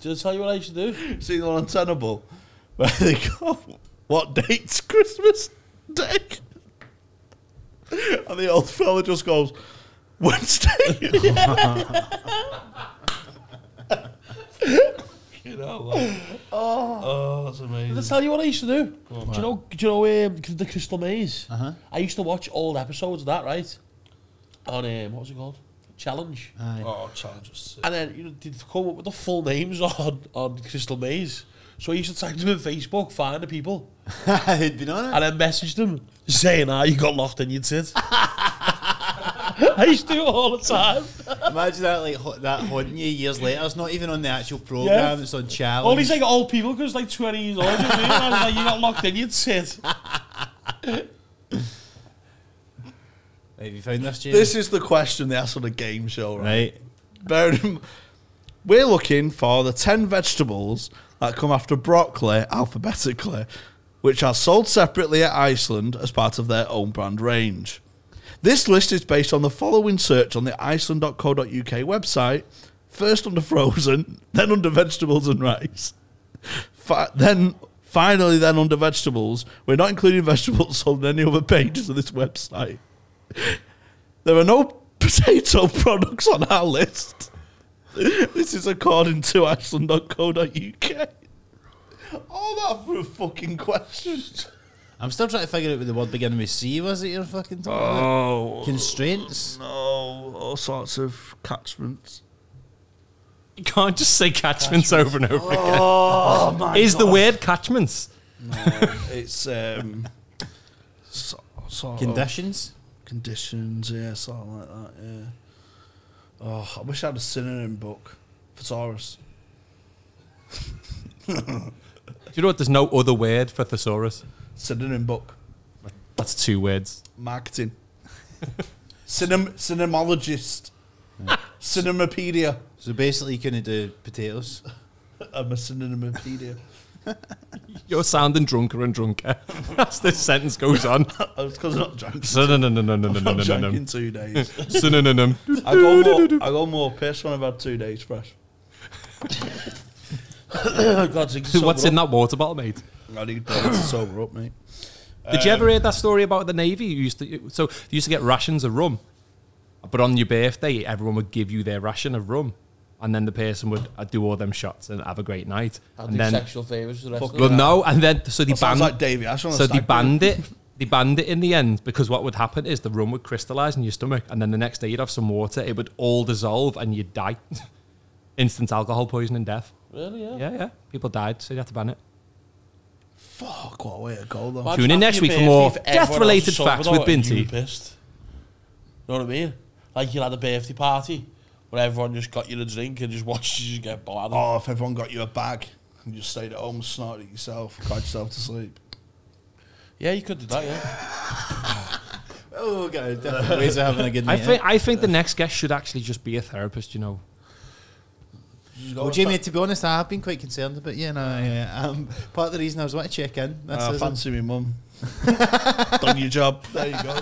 Did I tell you what I should do? *laughs* seen the one on Tenable where they go, "What date's Christmas Day?" And the old fella just goes, "Wednesday." *laughs* you know, like, oh, that's amazing. Did I tell you what I used to do? do you know? Do you know um, the Crystal Maze? Uh-huh. I used to watch old episodes of that, right? On um, what was it called? Challenge. Aye. Oh, challenges. And then you know, they'd come up with the full names *laughs* on on Crystal Maze. So I used to tag them in Facebook, find the people, He'd been *laughs* on it. "Nou, *laughs* and then message them saying, "Ah, you got locked in, you tit." I used to do it all the time. Imagine that, like ho- that haunting you years later. It's not even on the actual program; Yeah. it's on challenge. All these like old people because like twenty years old. You know what I mean? I was like, you got locked in, you'd sit. Have you found this, James? This is the question they asked on a game show, right? right. Bear in- We're looking for the 10 vegetables that come after broccoli alphabetically, which are sold separately at Iceland as part of their own brand range. This list is based on the following search on the iceland.co.uk website first under frozen, *laughs* then under vegetables and rice. Fi- then finally, then under vegetables. We're not including vegetables *laughs* on any other pages of this website. There are no *laughs* potato products on our list. This is according to Iceland.co.uk. All that for a fucking question. I'm still trying to figure out what the word beginning with C was that you're fucking talking about. Oh, Constraints. no, all sorts of catchments. You can't just say catchments, over and over again. Oh my Is the word catchments? It's um, so, sort of Conditions. conditions, yeah, something like that. Yeah. Oh, I wish I had a synonym book for Taurus. Do you know what? There's no other word for thesaurus. Synonym book. That's two words. marketing. Cinem- cinemologist. Cinemapedia. So basically, you couldn't do potatoes. *laughs* I'm a cinemapedia. You're sounding drunker and drunker as this sentence goes on. It's because I'm not drunk. I'm not drunk in Synonym. two days. Synonym. I got more. I got more piss when I've had two days fresh. Oh, God, *laughs* to sober What's in up. that water bottle, mate? I need to sober up, mate. Did you ever hear that story about the navy? You used to so you used to get rations of rum, but on your birthday, everyone would give you their ration of rum, and then the person would uh, do all them shots and have a great night, I'll and do then sexual favors to the rest of well them. no, and then so they That sounds banned like Davey Ash on a so they stag do. banned it. They banned it in the end because what would happen is the rum would crystallize in your stomach, and then the next day you'd have some water, it would all dissolve, and you'd die. *laughs* Instant alcohol poisoning, death. Really, yeah. Yeah, yeah. People died, so you had to ban it. Fuck, what a way to go though. Imagine Tune in after next your week for birthday, more if everyone else death-related was sober facts though with and you Binti. were pissed. You know what I mean? Like you had a birthday party where everyone just got you a drink and just watched you just get bladdered. Oh, if everyone got you a bag and you stayed at home and snorted it yourself, cried yourself to sleep. Yeah, you could do that, yeah. Oh, okay. Different ways of having a good I night. think I think the next guest should actually just be a therapist. You know, You Well, Jamie, to be honest, I have been quite concerned about you. No, yeah, um, part of the reason I was wanting to check in. That's Ah, uh, is- fancy me mum. *laughs* Done your job. *laughs* There you go.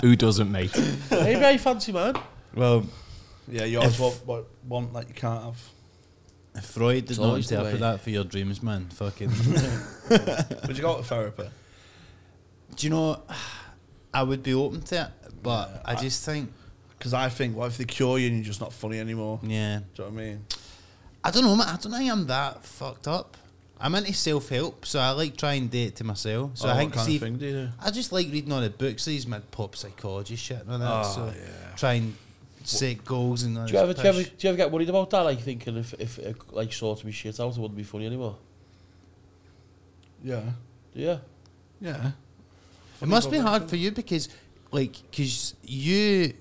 who doesn't, mate? Maybe I fancy man. well, Yeah, you always want, want, want that you can't have. if Freud did It's not always the way. interpret that for your dreams, man. *laughs* Fucking. Would you go to therapy? Do you know? I would be open to it, but I just think, Because I think, what if they cure you and you're just not funny anymore? yeah, Do you know what I mean? I don't know. man, I don't think I'm that fucked up. I'm into self help, so I like try and date to myself. So Oh, I what think kind see, of thing do you do? I just like reading all the books. These mad pop psychology shit and all that. Oh, so yeah. try and set goals and. all Do you, this ever, do, you ever, pish. do you ever get worried about that? Like thinking if, if it like sorted me shit out, it wouldn't be funny anymore. Yeah. Yeah. Yeah. It must be hard for you because, like, because you,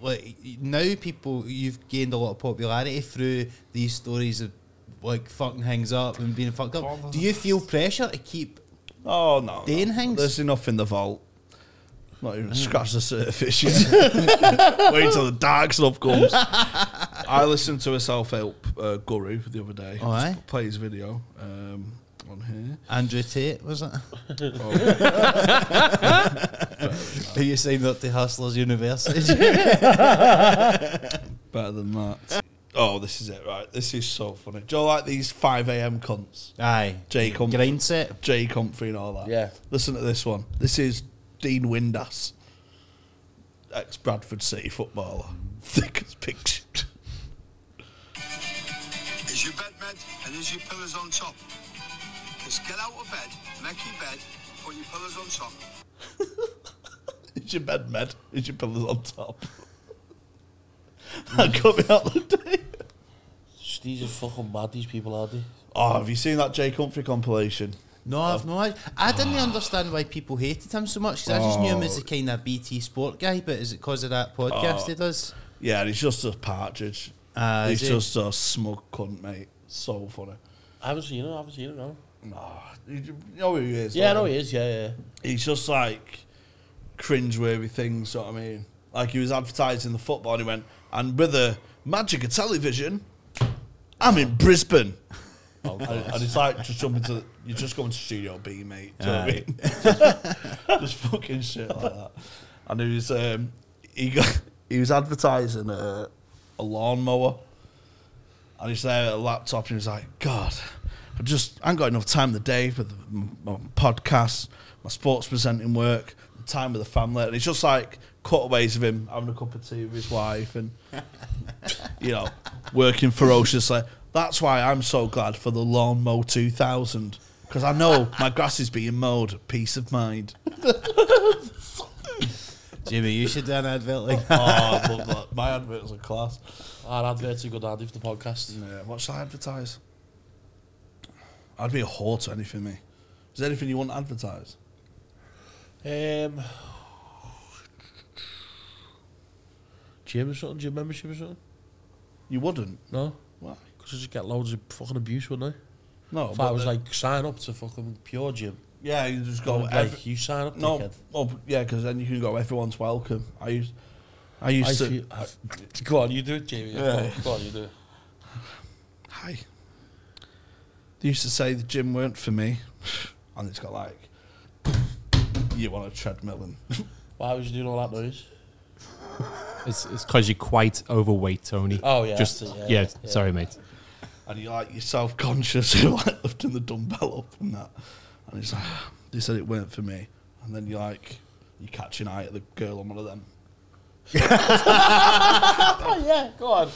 like, now people, you've gained a lot of popularity through these stories of, like, fucking things up and being fucked up. Do you feel pressure to keep. Oh, no. no. Dane Hanks? There's enough in the vault. Not even scratch the surface yet. Wait till the dark stuff comes. I listened to a self help uh, guru the other day. Oh, aye? Play his video um, on here. Andrew Tate, was it? Oh. *laughs* Who you signed up to Hustlers University? Better than that. Oh, this is it, right? This is so funny. Do you like these 5 a.m. cunts? *laughs* Aye. Jay Comfrey. Grind set. Jay Comfrey and all that. Yeah. Listen to this one. This is Dean Windass, ex Bradford City footballer. *laughs* Thick as pig shit. Is your bed made and is your pillows on top? Just get out of bed, make your bed, put your pillows on top. Is your bed med? Is your pillows on top? that got me out the day. Just, these are fucking mad, these people, are they? Oh, have you seen that Jay Comfrey compilation? No, I've not. I didn't understand why people hated him so much because I just knew him as the kind of BT sport guy. But is it because of that podcast he does? Yeah, he's just a partridge. Ah, he's is he? just a smug cunt, mate. So funny. I haven't seen it. I haven't seen it. No. No, you know who he is. Yeah, I don't know you? he is. Yeah, yeah. He's just like cringeworthy things. You know what I mean? Like he was advertising the football, and he went, "And with the magic of television, I'm in Brisbane." and, and it's like just jumping to you're just going to Studio B, mate. Do you know what I mean? *laughs* just fucking shit like that. And he was um, he got he was advertising a, a lawnmower, and he's there at a laptop, and he's like, God, I just I ain't got enough time in the day for the, my podcast, my sports presenting work, time with the family, and it's just like cutaways of him having a cup of tea with his wife and *laughs* you know, working ferociously. That's why I'm so glad for the Lawn Mow 2000 because I know my grass is being mowed. Peace of mind. Jimmy, you should do an advert like *laughs* Oh, that. I love that. My adverts are class. Our advert's a good ad for the podcast. Yeah, what shall I advertise? I'd be a whore to anything, me. Is there anything you want to advertise? Um, gym or something? Gym membership or something? You wouldn't. No. Why? Because I just get loads of fucking abuse, wouldn't I? No. if but I was the- like, sign up to fucking Pure Gym. yeah, you just Go go. like, Every, you sign up, no, dickhead. oh, yeah, because then you can go. Everyone's welcome. I used, I used I to. feel, I, *laughs* go on, you do it, Jamie. Yeah. Go on, you do it. Hi. They used to say the gym weren't for me, *sighs* and it's got like you want a treadmill and Why was you doing all that noise? *laughs* It's it's because you're quite overweight, Tony. Oh, yeah, Just that's it, yeah, yeah, yeah. Sorry, mate. and you're like you're self conscious *laughs* you're like lifting the dumbbell up and that, and it's like *sighs* they said it weren't for me, and then you're like you catch an eye at the girl on one of them. Oh, yeah, go on.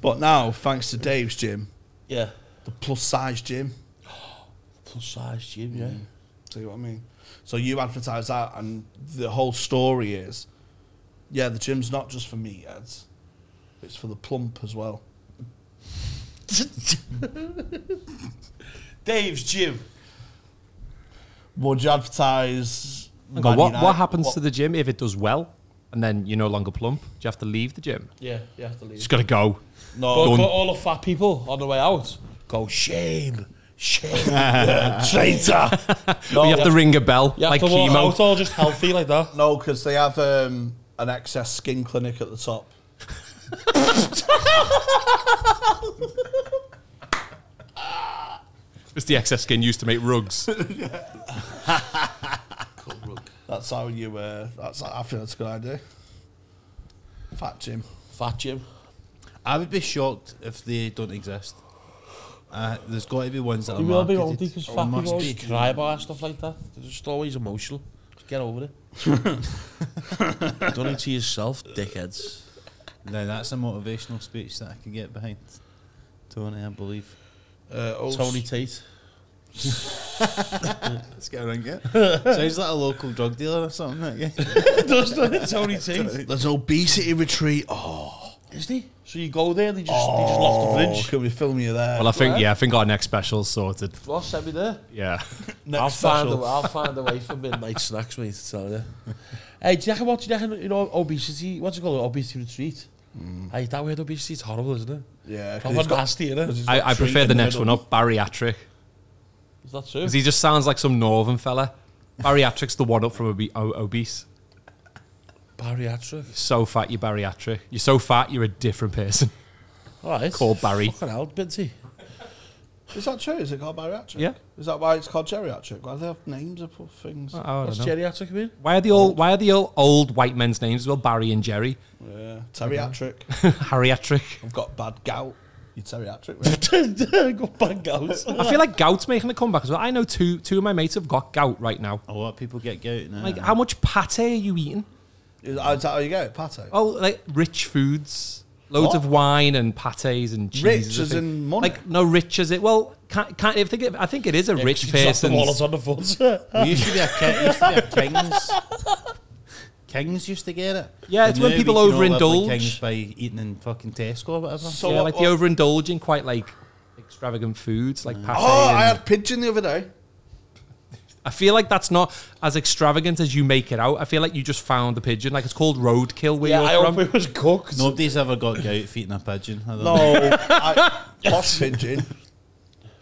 But now, thanks to Dave's gym, Yeah. the plus size gym. Plus size gym, yeah. See what I mean? So you advertise that, and the whole story is, yeah, the gym's not just for meatheads; it's for the plump as well. *laughs* Dave's gym. Would you advertise? Hang Man on, what United- what happens to the gym if it does well, and then you're no longer plump? Do you have to leave the gym? Yeah, you have to leave. Just gotta go. But Done. for all the fat people on the way out, go shame, *laughs* shame. *laughs* traitor? you have to ring a bell You have like to walk out chemo. all just healthy like that. no, because they have um, an excess skin clinic at the top. It's the excess skin used to make rugs. That's how you. Uh, that's. I think that's a good idea. Fat gym. Fat gym. I would be shocked if they don't exist. Uh, there's got to be ones that are You will be, marketed. won't Because There fat must people always be. cry about stuff like that. They're just always emotional. Just get *laughs* over it. Done it to yourself, dickheads. Now that's a motivational speech that I could get behind. Tony, I believe. Uh, also- Tony Tate. Let's get around *laughs* it. Sounds like a local drug dealer or something. Like yeah. Does *laughs* it, Tony Tate? There's obesity retreat. Oh, Is he? So you go there and they just, they just lock the fridge. can we film you there? Well, I think yeah, I think our next special's sorted. Ross, send me there. Yeah, Next I'll find, a, special. I'll find a way for midnight snacks, mate, to tell you. Hey, do you reckon what, do you reckon, you know, obesity, what's it called, obesity retreat? Hey, that word obesity is horrible, isn't it? Yeah, Proper nasty, isn't it? I, I prefer the next one up, bariatric, Is that true? because he just sounds like some northern fella. Bariatric's the one up from obe- o- obese. Bariatric. So fat, you're bariatric. You're so fat, you're a different person. All right. Called Barry. Fucking hell, Binty. Is that true? Is it called bariatric? *laughs* Yeah. Is that why it's called geriatric? Why do they have names for things? I Oh. don't What's know. geriatric mean? Why are the old Why are the old, old white men's names as well? Barry and Jerry, *laughs* yeah. Teriatric. Harriatric. I've got bad gout. You're teriatric. mate. *laughs* Got bang out. I feel like gout's making a comeback as well. I know two two of my mates have got gout right now. A lot of people get gout now. Like, how much pate are you eating? is, is that how you get it? Pate. Oh, like rich foods, loads of wine and pates and cheese. Rich as in money? Like no rich as it. Well, can't, can't, I think it, I think it is *laughs* a rich person. The wallet on the foot. We used to be a king, used to be a kings. Kings used to get it. Yeah, it's But when now people we can all live like overindulge. Kings by eating in fucking Tesco or whatever. So yeah, what- like what- the overindulging, quite like extravagant foods like pate. Oh, I and- had pigeon the other day. I feel like that's not as extravagant as you make it out. I feel like you just found the pigeon. Like it's called roadkill where Yeah, I you're hope from. it was cooked. Nobody's ever got gout feeding a pigeon. I don't No, know. *laughs* I, posh pigeon.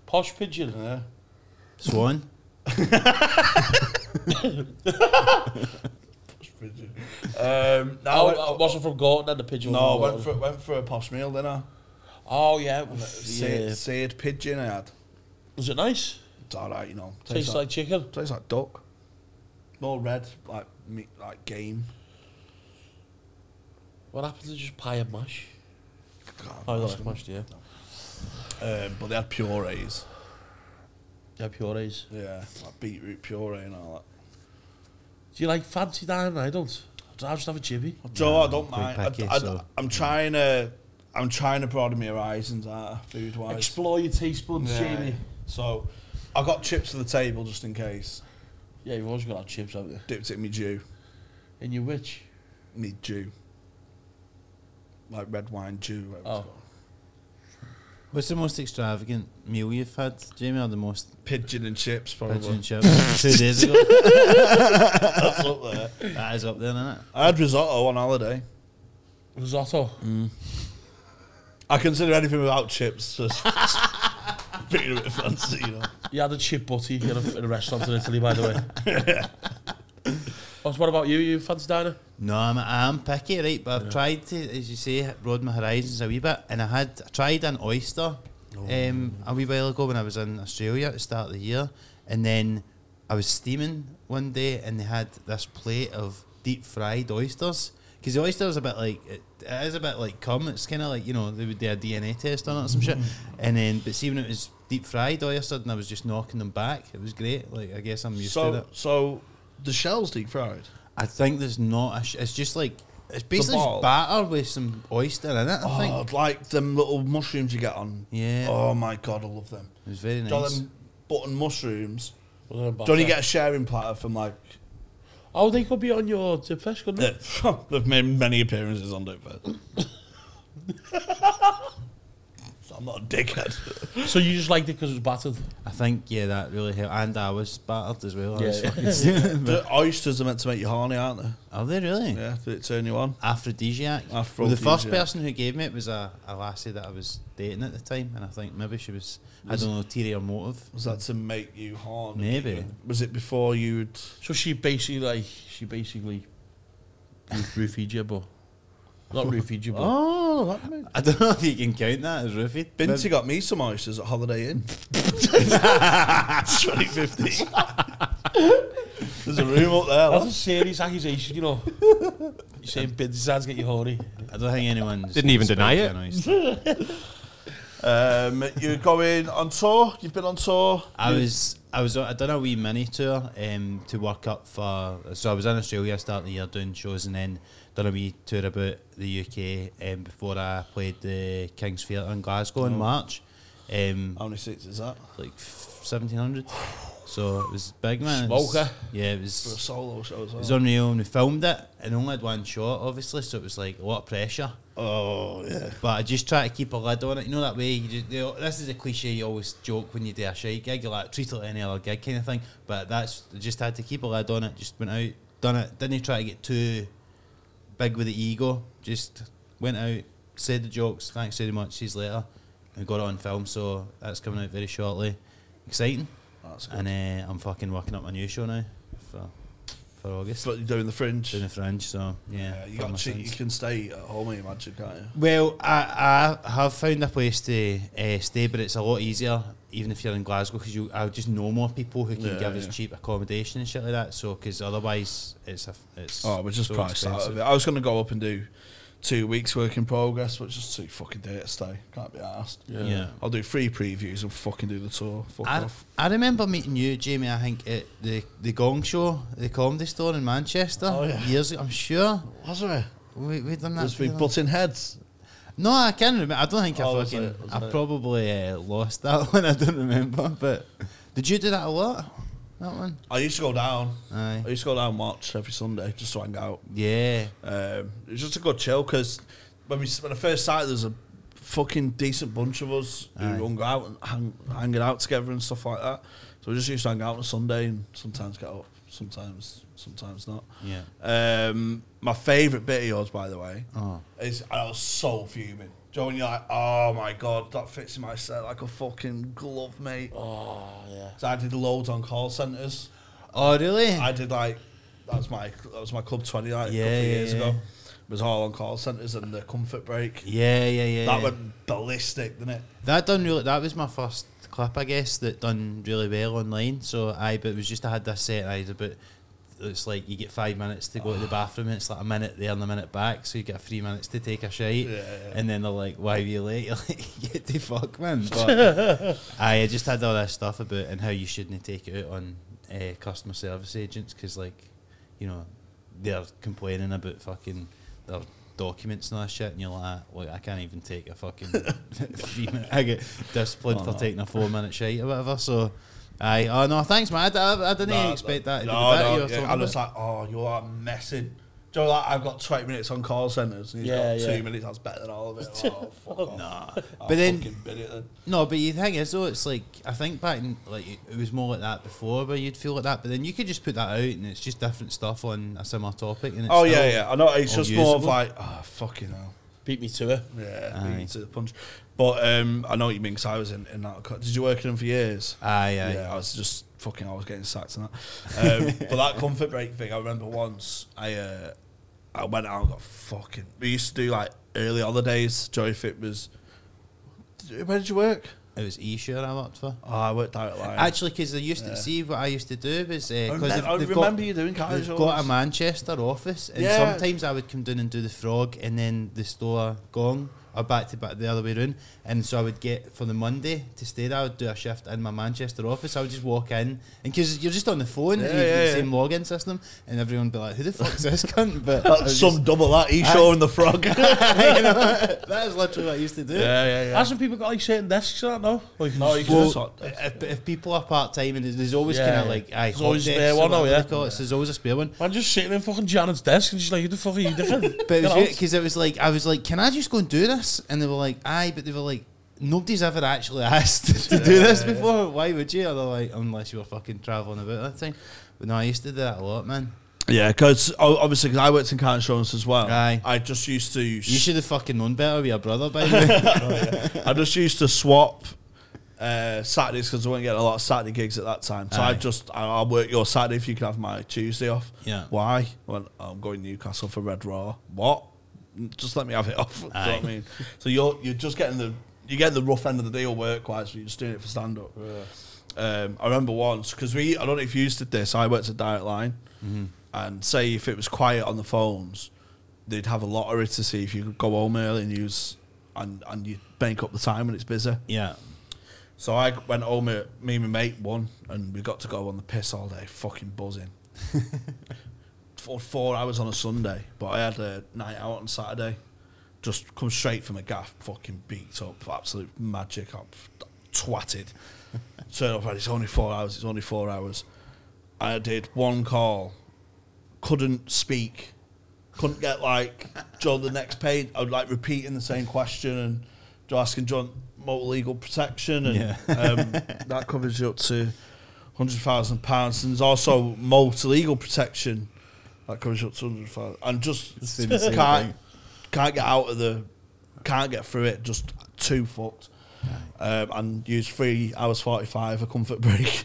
Posh pigeon. Swan. Um, no, I Oh, went- it wasn't from Gorton and the pigeon. no, was from I went for Gorton. went for a posh meal then. I Oh yeah, it was, seared, yeah. seared pigeon. I had. was it nice? It's all right, you know. Tastes like chicken. tastes like duck. More red, like meat, like game. What happened to just pie and mash? God, Oh, that's that's mashed, yeah. good. Um, but they had purees. Yeah, purees. Yeah, like beetroot puree and all that. Do you like fancy dining? I don't. I'll just have a chippy. So I don't mind. picky, I, I, so- I'm trying to, I'm trying to broaden my horizons, uh, food wise. Explore your taste buds, Jamie. So I got chips to the table just in case. Yeah, you've always got to have chips, haven't you? Dipped it in me Jew, In your witch. me Jew, like red wine Jew. whatever it's Oh. called. What's the most extravagant meal you've had, Jamie? Or the most Pigeon and chips, probably. pigeon *laughs* chips? Two days ago. *laughs* That's up there. That is up there, isn't it? I had risotto on holiday. Risotto. I consider anything without chips just *laughs* being a bit fancy, you know. You had a chip butty in a, in a restaurant in Italy, by the way. *laughs* Os, what about you? You fancy diner? No, I'm, I'm picky, right? But I've tried to, as you say, broaden my horizons a wee bit. And I had I tried an oyster um, a wee while ago when I was in Australia at the start of the year. And then I was steaming one day and they had this plate of deep fried oysters. Because the oyster is a bit like, it, it is a bit like cum. It's kind of like, you know, they would do a DNA test on it or some shit. And then, but see, when it was deep fried oyster and I was just knocking them back, it was great. Like, I guess I'm used to So, that. so the shell's deep fried. I think there's not. A sh- it's just like it's basically ball. just batter with some oyster in it. I think Oh, like them little mushrooms you get on. Yeah. Oh my god, I love them. it was very Do you know nice. them button mushrooms. Well, they're back Do you only there. get a sharing platter from like? Oh, they could be on your dip fish, couldn't they? *laughs* They've made many appearances on Dope Fest. So I'm not a dickhead. So you just liked it because it was battered. I think yeah, that really helped. And I was battered as well. I Yeah, was yeah. *laughs* fucking *laughs* steaming. the oysters are meant to make you horny, aren't they? Are they really? Yeah, they turn you on. Aphrodisiac. Well, the first Aphrodisiac. person who gave me it was a, a lassie that I was dating at the time, and I think maybe she was I don't know ulterior motive. *laughs* Was that to make you horny? Maybe. Was it before you'd? So she basically, like, she basically roof- roofied you, but not roofied you, but Oh, that made I don't know if you can count that as roofied. Binti got me some oysters at Holiday Inn. 2015. There's a room up there. that's a lad. serious accusation, *laughs* you know. You're saying bids hands get you horny. I don't think anyone Didn't even deny it. Um, you're going on tour. You've been on tour. I was I was I done a wee mini tour um, to work up for so I was in Australia start of the year doing shows and then done a wee tour about the UK um, before I played the King's Theatre in Glasgow in March. Um, How many seats is that like seventeen hundred. So it was big man. It was- Smoker. yeah, it for a was solo show as it was well? unreal and we filmed it and only had one shot obviously, so it was like a lot of pressure. Oh yeah. But I just try to keep a lid on it. You know that way. You just, you know, this is a cliche you always joke when you do a shite gig. You like treat it like any other gig kind of thing. But that's I just had to keep a lid on it. Just went out, done it. Didn't try to get too big with the ego. Just went out, said the jokes. Thanks very much. Sees you later. And got it on film, so that's coming out very shortly. Exciting. That's good. And uh, I'm fucking working up my new show now for for August. But you're doing the fringe. Doing the fringe, so yeah. Yeah, you fuck got my cheap. sins. You can stay at home, I imagine, can't you? Well, I, I have found a place to uh, stay, but it's a lot easier even if you're in Glasgow because you I just know more people who can Yeah, give yeah. us cheap accommodation and shit like that. So because otherwise it's a f- it's Oh, we're just so priced out of expensive. it. I was going to go up and do two weeks work in progress, but it's just too fucking day to stay. Can't be asked. Yeah. I'll do free previews and fucking do the tour. Fuck I, off. I remember meeting you, Jamie. I think at the the Gong Show, the comedy store in Manchester, Oh, yeah. years ago. I'm sure Was there? we we done that. There's been together. butting heads. no, I can't remember. I don't think Oh, I was fucking. it? Was I it? probably uh, lost that *laughs* one. I don't remember. But did you do that a lot? That one. I used to go down. Aye. I used to go down and watch every Sunday just to hang out. Yeah. Um, it was just a good chill because when we when I first started, there's a fucking decent bunch of us who Aye. hung out and hang, hanging out together and stuff like that. So we just used to hang out on a Sunday and sometimes get up, sometimes, sometimes not. Yeah. Um, my favourite bit of yours, by the way, is and I was so fuming. Joe, and you're like, oh my god, that fits in my set like a fucking glove, mate. Oh, yeah. So I did loads on call centres. Oh, really? I did like that was my that was my club twenty like Yeah, a couple of yeah, years yeah. ago. It was all on call centres and the comfort break. yeah, yeah, yeah. That yeah. went ballistic, didn't it? That done really. That was my first clip, I guess. That done really well online. So I, but it was just I had this set. I had about. It's like you get five minutes to go Ah. to the bathroom. And it's like a minute there and a minute back. So you get three minutes to take a shite. Yeah, yeah. And then they're like, "Why are you late?" *laughs* You're like, "Get the fuck, *laughs* man." But I just had all this stuff about and how you shouldn't take it out on uh, customer service agents because, like, you know, they're complaining about fucking their documents and all that shit, and you're like, "Look, I can't even take *laughs* a fucking three minute. I get disciplined Oh, for taking a four minute shite or whatever." So, I oh no, thanks, man. I, d- I- I didn't even expect that. to be No, the bit no, you were yeah, talking I was about. like, oh, you are messing. Joe, like, I've got 20 minutes on call centres and he's Yeah, got yeah. two minutes. That's better than all of it. *laughs* Oh, fuck off. Nah. But then- then No, but the thing is, though, it's like I think back in like it was more like that before, where you'd feel like that. But then you could just put that out, and it's just different stuff on a similar topic. And it's Oh, yeah, still- yeah. I know. It's all just more of usable. like, oh, fucking hell. Beat me to it. Yeah, beat you to the punch. But um, I know what you mean because I was in, in that. co- Did you work in them for years? Aye, aye. Yeah, I was just fucking. I was getting sacked and that. *laughs* Um, but that comfort break thing, I remember once I uh, I went out and got fucking. We used to do like early holidays. Joey Fit was. Where did you work? It was Esher I worked for. Oh, I worked out at Lion. Actually, because they used to see what I used to do was I because remem- I they've, they've remember got, you doing they've casuals. got a Manchester office, and Yeah. sometimes I would come down and do the frog, and then the store gong or back to back the other way round. And so I would get for the Monday to stay there. I would do a shift in my Manchester office. I would just walk in, and because you're just on the phone, Yeah, and you've got yeah, the yeah. same login system, and everyone would be like, "Who the fuck's this cunt?" But I That's was some double that Eshaw and the *laughs* Frog. yeah, just- you know, that is literally what I used to do. yeah, That's when people got like certain desks, aren't they? Like, No, you can Well, just sort- If, if people are part time and there's- there's always Yeah, kind of yeah. like aye, There's always hot a desks spare or one, oh, whatever they yeah. call it, so There's always a spare one. Man, just sitting in fucking Janet's desk and she's like, who *laughs* the fuck are you doing? But it Get was out. weird because it was like I was like, "Can I just go and do this?" And they were like, "Aye," but they were like, "Nobody's ever actually *laughs* asked to do this before. Why would you?" And they're like, "Unless you were fucking traveling about that time." But no, I used to do that a lot, man. yeah, because obviously, because I worked in car insurance as well. Aye. I just used to. You should have fucking known better with your brother by now. *laughs* I just used to swap uh, Saturdays because I wasn't getting a lot of Saturday gigs at that time. So I Aye. just, I- I'll work your Saturday if you can have my Tuesday off. Yeah. Why? Well, I'm going to Newcastle for Red Raw. What? Just let me have it *laughs* off. Do you know what I Aye. mean? So you're you're just getting the you're getting the rough end of the deal work wise. But you're just doing it for stand up. Um, I remember once because we I don't know if you used to this. I worked at Direct Line, Mm-hmm. and say if it was quiet on the phones, they'd have a lottery to see if you could go home early and use and and you bank up the time when it's busy. yeah, So I went home, uh, me and my mate won, and we got to go on the piss all day, fucking buzzing. For four hours on a Sunday, but I had a night out on Saturday. Just come straight from a gaff, fucking beat up, absolute magic, I'm twatted. Turn up, and it's only four hours, it's only four hours. I did one call, couldn't speak, couldn't get like John the next page. I would like repeating the same question and Joe asking John motor legal protection and um, that covers you up to hundred thousand pounds. And there's also motor legal protection that covers you up to hundred thousand. And just doing the same can't thing. can't get out of the can't get through it. Just too fucked. Um, and used three hours forty five a comfort break.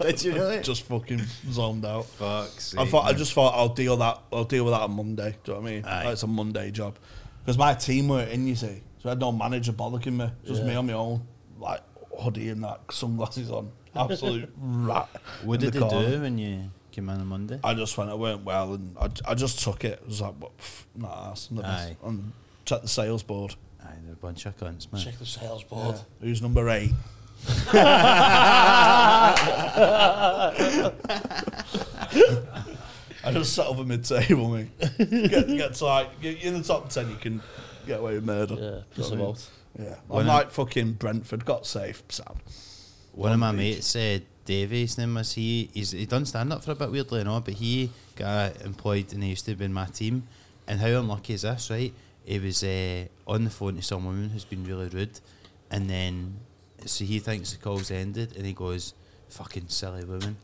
did you really? *laughs* just fucking zoned out. Fuck's I sake, thought I man. just thought I'll deal that I'll deal with that on Monday. Do you know what I mean? Aye. Like, it's a Monday job because my team were in. You see, so I had no manager bollocking me. Just me on my own, like hoodie and that sunglasses on. Absolute *laughs* rat. What in did the they corner. do when you came in on Monday? I just went. I weren't well, and I, I just took it. I was like, what, pff, nah, that's not Aye. And checked the sales board. Aye, they're a bunch of cunts, man. Check the sales board. Who's number *laughs* eight? I just sat over mid table, mate. Get, get to like, you're in the top 10, you can get away with murder. Yeah, You know piss what I mean? about. Yeah. I'm like fucking Brentford, got safe, Sam. One of my mates said, Davey, his name was he. He's he done stand up for a bit weirdly and all, but he got employed and he used to be in my team. And how unlucky is eh, this, right? He was uh, on the phone to some woman who's been really rude, and then so he thinks the call's ended, and he goes, "Fucking silly woman,"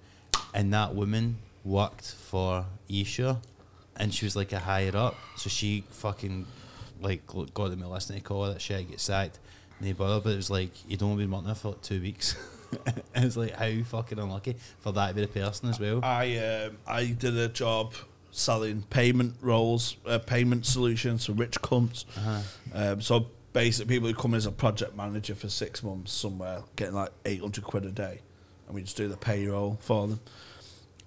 and that woman worked for Isha, and she was like a higher up, so she fucking like lo- got them listening to call that shit, get sacked. And they bother, but it was like you don't been working there for like two weeks. *laughs* and it's like how fucking unlucky for that bit of person as well. I um, I did a job selling payment rolls, uh, payment solutions for rich cunts. Um, so basically, people who come as a project manager for six months somewhere, getting like eight hundred quid a day, and we just do the payroll for them.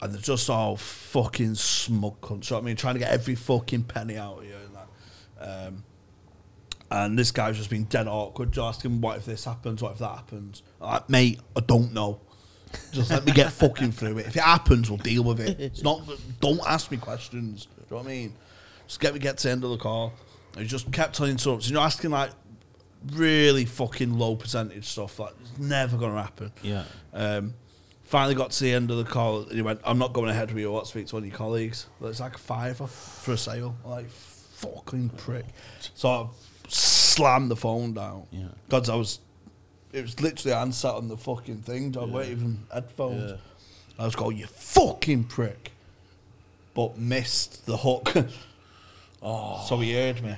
And they're just all fucking smug cunts. So I mean, trying to get every fucking penny out of you and that. Um, and this guy's just been dead awkward, just asking, what if this happens, what if that happens? I'm like, mate, I don't know. Just let me get fucking through it. If it happens, we'll deal with it. It's not, don't ask me questions. Do you know what I mean? Just get me get to the end of the call. And he just kept telling interrupts. You know, asking like really fucking low percentage stuff. Like, it's never going to happen. Yeah. Um, finally got to the end of the call and he went, I'm not going ahead with you. What? Speak to one of your colleagues. It's like a fiver for a sale. I'm like, fucking prick. So I slammed the phone down. Yeah. Because I was, it was literally, I'm sat on the fucking thing. I weren't even headphones. Yeah. I was going, you fucking prick. But missed the hook. oh. So he heard me.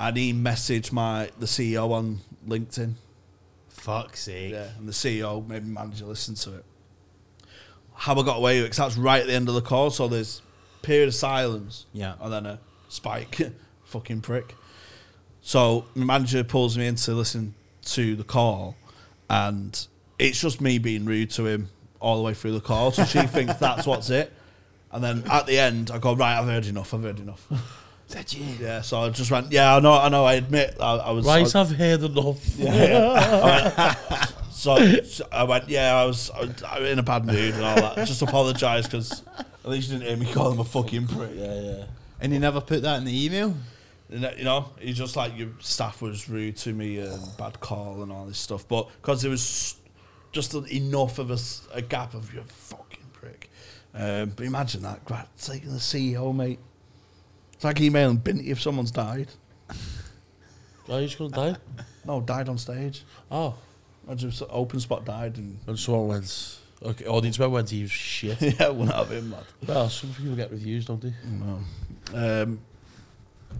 And he messaged my the CEO on LinkedIn. Fuck's sake. Yeah, and the CEO, maybe manager, listened to it. How I got away with it, 'cause that's right at the end of the call, so there's period of silence. Yeah. And then a spike. *laughs* Fucking prick. So my manager pulls me in to listen to the call, and it's just me being rude to him all the way through the call. So she thinks that's what's it. And then at the end, I go, right, I've heard enough, I've heard enough. Did you? Yeah, so I just went, yeah, I know, I know, I admit, I, I was. I Right, was- I've heard enough. *laughs* So, so I went, yeah, I was, I was I was in a bad mood and all that. Just apologise because at least you didn't hear me call him a fucking prick. Yeah, yeah. And he never put that in the email? And that- You know, he's just like, your staff was rude to me and bad call and all this stuff. But because there was just enough of a, s- a gap of you fucking prick. Um, but imagine that, right, taking the CEO, mate. It's like emailing Binty if someone's died. Oh, he's going to die. No, died on stage. Oh. I just open spot died and And someone went, okay, audience member went, he's shit. *laughs* yeah, wouldn't have been mad. well, some people get reviews, don't they? No. Um,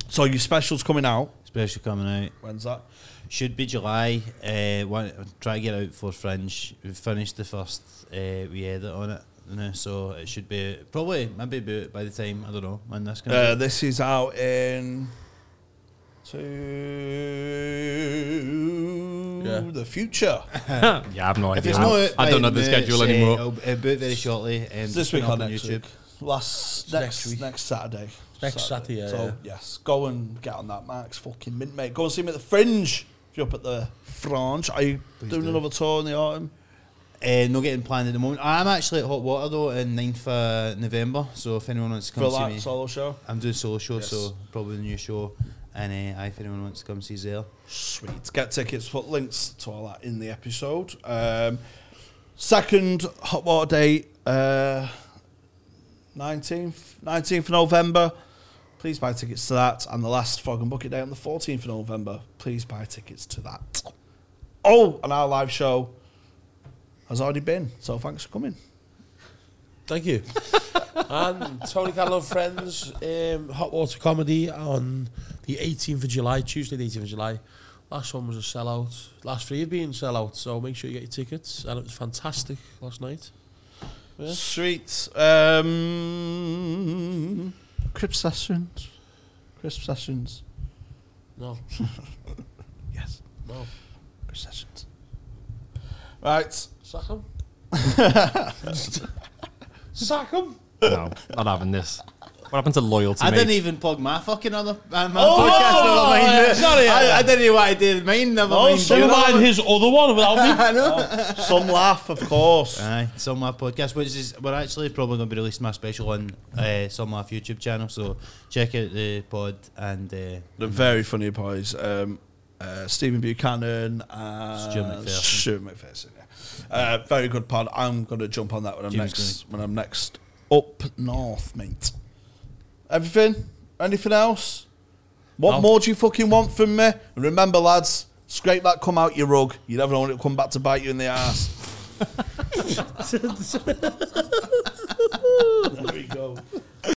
so your special's coming out. Special coming out. When's that? Should be July. Uh, one, try to get out for Fringe. We've finished the first uh, we edit on it now, so it should be probably maybe about by the time I don't know when that's gonna. Uh, be. this is out in to Yeah. the future. *laughs* yeah, I've no idea. I, I don't know the schedule anymore. It'll, it'll be out very shortly. Um, uh, It's it's this been week up on next YouTube. Last next next week. next Saturday. Next Saturday, so yeah. yes, go and get on that, Max. Fucking mint, mate. Go and see me at the Fringe. If you're up at the Fringe, are you doing do. another tour in the autumn? Uh, no getting planned at the moment. I'm actually at Hot Water though, in 9th uh, November. So if anyone wants to come For see like me, solo show. I'm doing solo show, Yes. so probably the new show. And uh, aye, if anyone wants to come see us there, Sweet. Get tickets. Put links to all that in the episode. Um, second hot water day, uh, nineteenth, nineteenth of November. Please buy tickets to that, and the last Frog and Bucket Day on the fourteenth of November. Please buy tickets to that. Oh, and our live show has already been. So thanks for coming. Thank you. and Tony Carlo Friends, um, Hot Water Comedy on the 18th of July, Tuesday the 18th of July. Last one was a sellout. Last three have been sellout, so make sure you get your tickets. And it was fantastic last night. Yeah. Sweet. Um, Crisp sessions. Crisp sessions. No, Yes. no. Crisp sessions. Right. Sack him. Sack him. No, not having this. What happened to loyalty? I mate? didn't even plug my fucking other uh, my Oh, podcast. Never mind. yeah, sorry, I, I didn't know what I did. Mine never Oh, mind. some you Never know? mind his other one without me. I know. Some laugh, of course. Aye, Some Laugh podcast, which is we're actually probably going to be releasing my special on uh, Some Laugh YouTube channel. So check out the pod and uh, They're very funny boys. Um, uh, Stephen Buchanan and Stuart McPherson. Stuart McPherson, yeah. Uh, very good pod. I'm going to jump on that when I'm Jim's next. When I'm next up north, mate. Everything? Anything else? What No. more do you fucking want from me? And remember, lads, Scrape that come out your rug. You never know when it'll come back to bite you in the ass. there we go.